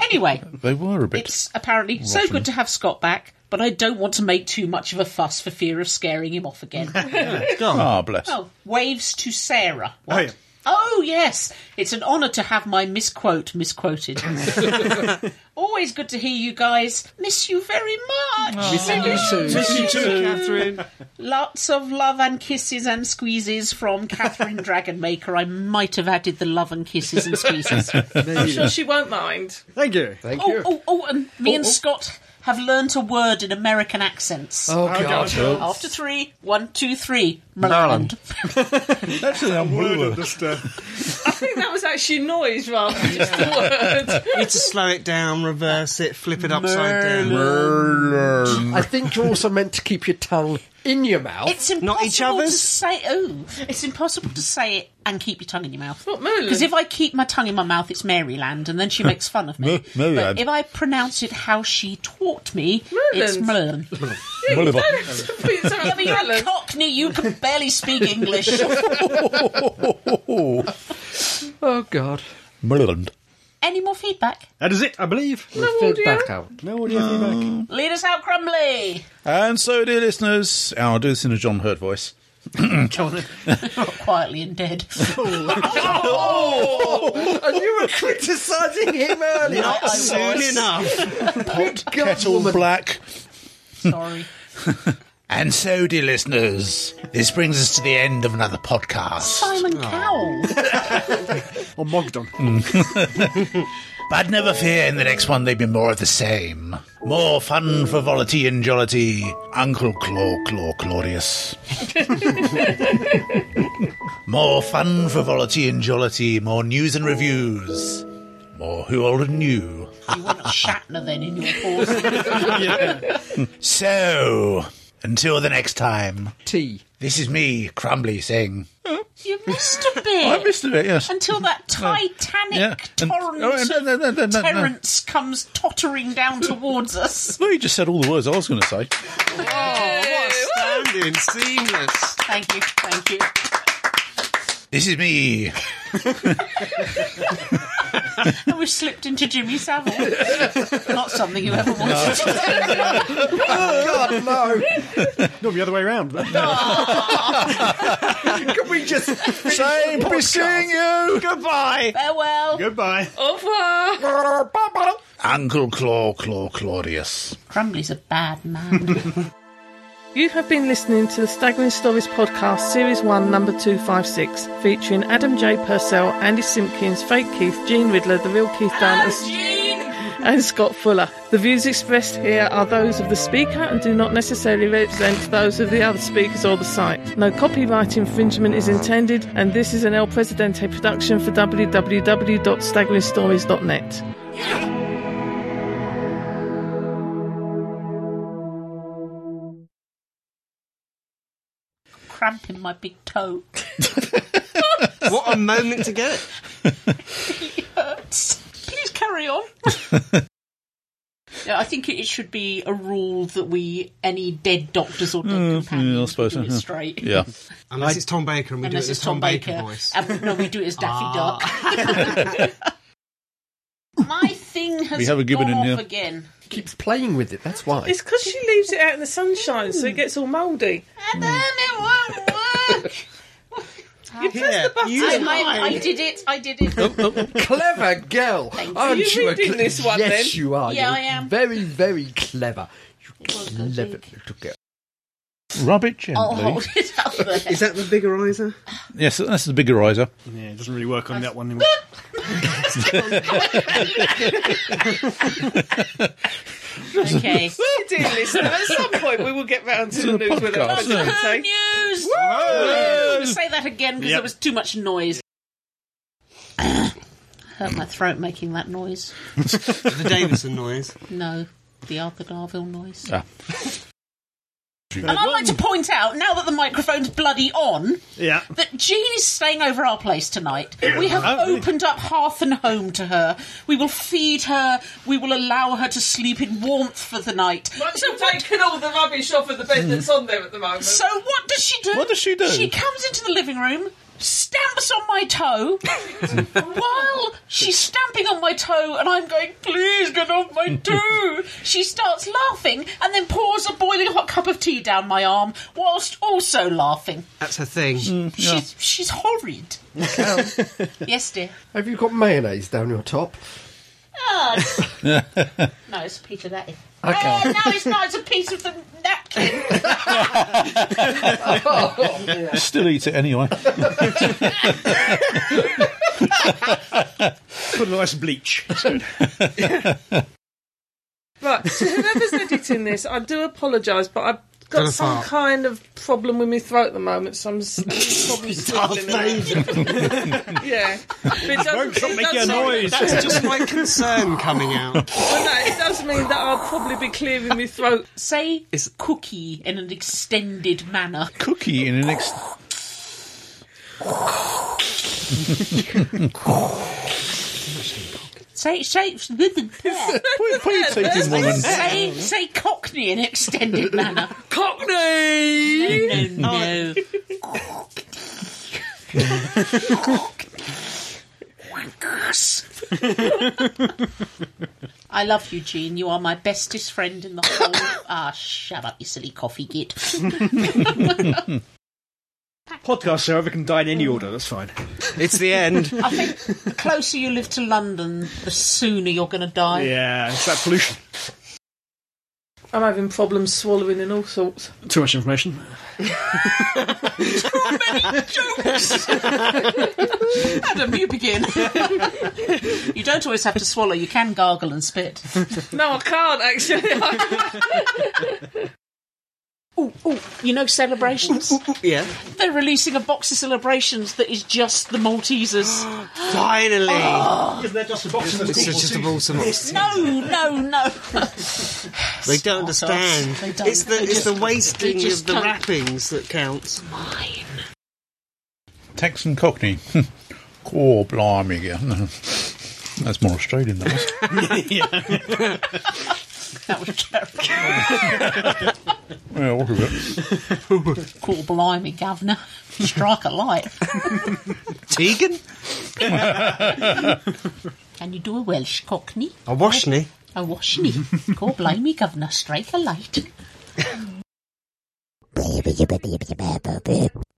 [SPEAKER 2] Anyway,
[SPEAKER 1] They were a bit.
[SPEAKER 2] it's apparently so good to have Scott back. But I don't want to make too much of a fuss for fear of scaring him off again.
[SPEAKER 1] Ah, bless.
[SPEAKER 2] oh, waves to Sarah.
[SPEAKER 5] Oh, yeah.
[SPEAKER 2] Oh, yes. It's an honour to have my misquote misquoted. Always good to hear you guys. Miss you very much.
[SPEAKER 6] You too, Catherine.
[SPEAKER 2] Lots of love and kisses and squeezes from Catherine Dragonmaker. I might have added the love and kisses and squeezes. oh,
[SPEAKER 4] I'm sure she won't mind.
[SPEAKER 5] Thank you.
[SPEAKER 3] Thank you.
[SPEAKER 2] oh, oh, and me and Scott have learnt a word in American accents.
[SPEAKER 3] Oh, God.
[SPEAKER 2] After three, one, two, three, Maryland.
[SPEAKER 1] That's
[SPEAKER 5] Oh,
[SPEAKER 1] an unbelievable.
[SPEAKER 4] I think that was actually noise rather than just a word.
[SPEAKER 6] Need to slow it down, reverse it, flip it upside down.
[SPEAKER 3] I think you're also meant to keep your tongue in your mouth.
[SPEAKER 2] It's impossible
[SPEAKER 6] Not each
[SPEAKER 2] to
[SPEAKER 6] other's?
[SPEAKER 2] say. Oh, it's impossible to say it and keep your tongue in your mouth.
[SPEAKER 4] Not Merlin.
[SPEAKER 2] Because if I keep my tongue in my mouth, it's Maryland, and then she makes fun of me.
[SPEAKER 1] Mer- Maryland.
[SPEAKER 2] but if I pronounce it how she taught me, it's Merlin.
[SPEAKER 4] Merland. It's
[SPEAKER 2] Yeah, but you're a
[SPEAKER 4] Merlin.
[SPEAKER 2] Cockney. You can barely speak English.
[SPEAKER 3] oh, God.
[SPEAKER 1] Maryland.
[SPEAKER 2] Any more feedback?
[SPEAKER 5] That is it, I believe.
[SPEAKER 3] Filled back out.
[SPEAKER 5] No audio feedback.
[SPEAKER 2] Lead us out, Crumbly.
[SPEAKER 1] And so, dear listeners, and I'll do this in a John Hurt voice.
[SPEAKER 2] Quietly and dead.
[SPEAKER 3] And you were criticising him earlier.
[SPEAKER 2] I, I
[SPEAKER 6] Soon
[SPEAKER 2] was.
[SPEAKER 6] enough.
[SPEAKER 3] Good God,
[SPEAKER 1] Kettle
[SPEAKER 3] woman.
[SPEAKER 1] black.
[SPEAKER 2] Sorry.
[SPEAKER 1] And so, dear listeners, this brings us to the end of another podcast.
[SPEAKER 2] Simon Cowell.
[SPEAKER 5] Or Mogdon.
[SPEAKER 1] But never fear, in the next one there'd be more of the same. More fun, frivolity, and jollity. Uncle Claw Claw Claudius. more fun, frivolity, and jollity. More news and reviews. More who old and new.
[SPEAKER 2] You want Shatner then in your pause?
[SPEAKER 1] So, until the next time,
[SPEAKER 3] Tea.
[SPEAKER 1] this is me, Crumbly, saying.
[SPEAKER 2] You missed a bit.
[SPEAKER 1] a bit, yes.
[SPEAKER 2] until that Titanic
[SPEAKER 1] Yeah. And-
[SPEAKER 2] torrent
[SPEAKER 1] oh, no, no, no, no,
[SPEAKER 2] of
[SPEAKER 1] no, no.
[SPEAKER 2] Terence comes tottering down towards us.
[SPEAKER 1] No, you just said all the words I was going to say.
[SPEAKER 6] Standing, seamless.
[SPEAKER 2] Thank you, thank you.
[SPEAKER 1] This is me.
[SPEAKER 2] and we've slipped into Jimmy Savile. Not something you ever wanted to
[SPEAKER 3] God, no.
[SPEAKER 5] No, the other way around.
[SPEAKER 3] Can we just.
[SPEAKER 1] Shame to be seeing you!
[SPEAKER 6] Goodbye.
[SPEAKER 2] Farewell.
[SPEAKER 5] Goodbye.
[SPEAKER 4] Au revoir.
[SPEAKER 1] Uncle Claw Claw Claudius.
[SPEAKER 2] Crumbly's a bad man.
[SPEAKER 4] You have been listening to the Staggering Stories podcast, Series 1, Number 256, featuring Adam J. Purcell, Andy Simpkins, Fake Keith, Gene Riddler, The Real Keith Dunn, and, and Scott Fuller. The views expressed here are those of the speaker and do not necessarily represent those of the other speakers or the site. No copyright infringement is intended, and this is an El Presidente production for www.staggeringstories.net.
[SPEAKER 2] Cramping my big toe.
[SPEAKER 6] What a moment to get it.
[SPEAKER 2] Please carry on. Yeah, I think it should be a rule that we any dead doctors or dead companions
[SPEAKER 1] Mm, yeah, I suppose
[SPEAKER 2] do it
[SPEAKER 1] so, yeah.
[SPEAKER 2] straight.
[SPEAKER 1] Yeah.
[SPEAKER 6] Unless it's Tom Baker and we
[SPEAKER 2] Unless
[SPEAKER 6] do it as
[SPEAKER 2] it's
[SPEAKER 6] Tom, Baker, voice.
[SPEAKER 2] And, no, we do it as Daffy Duck. My thing has
[SPEAKER 1] We have a gibbon
[SPEAKER 2] gone
[SPEAKER 1] in here.
[SPEAKER 2] off again.
[SPEAKER 3] Keeps playing with it, that's why.
[SPEAKER 4] It's because she leaves it out in the sunshine, so it gets all mouldy.
[SPEAKER 2] And then it won't work.
[SPEAKER 4] You press the button.
[SPEAKER 2] I, I, I did it. I did it.
[SPEAKER 1] Oh,
[SPEAKER 3] Clever girl. Aren't
[SPEAKER 4] you.
[SPEAKER 3] you, a
[SPEAKER 4] reading
[SPEAKER 3] cle-
[SPEAKER 4] this one,
[SPEAKER 3] Yes,
[SPEAKER 4] then?
[SPEAKER 3] you are.
[SPEAKER 2] Yeah,
[SPEAKER 3] You're
[SPEAKER 2] I am.
[SPEAKER 3] Very, very clever. You
[SPEAKER 2] good,
[SPEAKER 3] clever little girl.
[SPEAKER 1] Rub it gently.
[SPEAKER 2] I'll hold it up there.
[SPEAKER 6] Is that the bigger riser?
[SPEAKER 1] Oh. Yes, that's the bigger riser.
[SPEAKER 5] Yeah, it doesn't really work on that one.
[SPEAKER 2] Okay.
[SPEAKER 4] Well, dear listener, at some point we will get round to the news with
[SPEAKER 1] podcast, yeah.
[SPEAKER 2] Good
[SPEAKER 4] a
[SPEAKER 2] news! Say that again because
[SPEAKER 5] Yep.
[SPEAKER 2] there was too much noise. Hurt my throat making that noise.
[SPEAKER 6] The Davison noise.
[SPEAKER 2] No, the Arthur Garville noise.
[SPEAKER 1] Ah.
[SPEAKER 2] And I'd like to point out, now that the microphone's bloody on,
[SPEAKER 5] Yeah.
[SPEAKER 2] that Jean is staying over our place tonight. We have opened up hearth and home to her. We will feed her. We will allow her to sleep in warmth for the night.
[SPEAKER 4] Once
[SPEAKER 2] So
[SPEAKER 4] you've
[SPEAKER 2] what
[SPEAKER 4] taken all the rubbish off of the bed that's on there at the moment.
[SPEAKER 2] So what does she do?
[SPEAKER 1] What does she do?
[SPEAKER 2] She comes into the living room, stamps on my toe, while she's stamping on my toe, and I'm going, "Please get off my toe." she starts laughing and then pours a boiling hot cup of tea down my arm, whilst also laughing.
[SPEAKER 6] That's her thing.
[SPEAKER 2] Hmm. She's she's horrid. yes, dear.
[SPEAKER 3] Have you got mayonnaise down your top?
[SPEAKER 2] Ah, it's- no, it's a piece of that.
[SPEAKER 3] Okay.
[SPEAKER 2] Oh, no, it's not. It's a piece of the napkin.
[SPEAKER 1] Still eat it anyway.
[SPEAKER 5] Put a nice bleach.
[SPEAKER 4] Right, so whoever's editing this, I do apologise, but I've got
[SPEAKER 6] Gonna
[SPEAKER 4] some
[SPEAKER 6] fart.
[SPEAKER 4] kind of problem with my throat at the moment, so I'm s- probably sniffling. a bit. yeah, but it doesn't,
[SPEAKER 5] Stop
[SPEAKER 4] it
[SPEAKER 5] making a
[SPEAKER 4] doesn't-
[SPEAKER 5] noise.
[SPEAKER 6] That's just my concern coming out.
[SPEAKER 4] well, no, it does mean that I'll probably be clearing my throat.
[SPEAKER 2] Say cookie in an extended manner.
[SPEAKER 1] Cookie in the next.
[SPEAKER 2] Say, say, say,
[SPEAKER 1] Point, point taking woman.
[SPEAKER 2] say Cockney in extended manner. Oh,
[SPEAKER 6] Cockney!
[SPEAKER 2] No, no. I love you, Jean. You are my bestest friend in the whole. Ah, shut up, you silly coffee git.
[SPEAKER 5] Podcast server can die in any order. That's fine.
[SPEAKER 6] It's the end.
[SPEAKER 2] I think the closer you live to London, the sooner you're going to die.
[SPEAKER 5] Yeah, it's that pollution.
[SPEAKER 4] I'm having problems swallowing and all sorts.
[SPEAKER 5] Too much information.
[SPEAKER 2] Adam, you begin. you don't always have to swallow. You can gargle and spit.
[SPEAKER 4] No, I can't actually.
[SPEAKER 2] Ooh, ooh, you know celebrations.
[SPEAKER 6] yeah.
[SPEAKER 2] They're releasing a box of celebrations that is just the Maltesers.
[SPEAKER 6] Finally!
[SPEAKER 5] Because they're just a box
[SPEAKER 6] it's just a balsam.
[SPEAKER 2] no, no, no.
[SPEAKER 6] They don't
[SPEAKER 2] Sort of.
[SPEAKER 6] understand.
[SPEAKER 2] They don't.
[SPEAKER 6] It's the
[SPEAKER 2] They
[SPEAKER 6] it's
[SPEAKER 2] just-
[SPEAKER 6] the wasting
[SPEAKER 2] they just
[SPEAKER 6] of the
[SPEAKER 2] can't.
[SPEAKER 6] wrappings that counts.
[SPEAKER 2] Mine.
[SPEAKER 1] Texan Cockney. Cool, blimey, yeah. That's more Australian than us.
[SPEAKER 2] That was terrible.
[SPEAKER 7] Yeah, look at it.
[SPEAKER 2] Call blimey, governor. Strike a light.
[SPEAKER 6] Tegan?
[SPEAKER 2] Can you do a Welsh cockney?
[SPEAKER 6] A Oh, Washney?
[SPEAKER 2] A Washney. Call blimey, governor. Strike a light.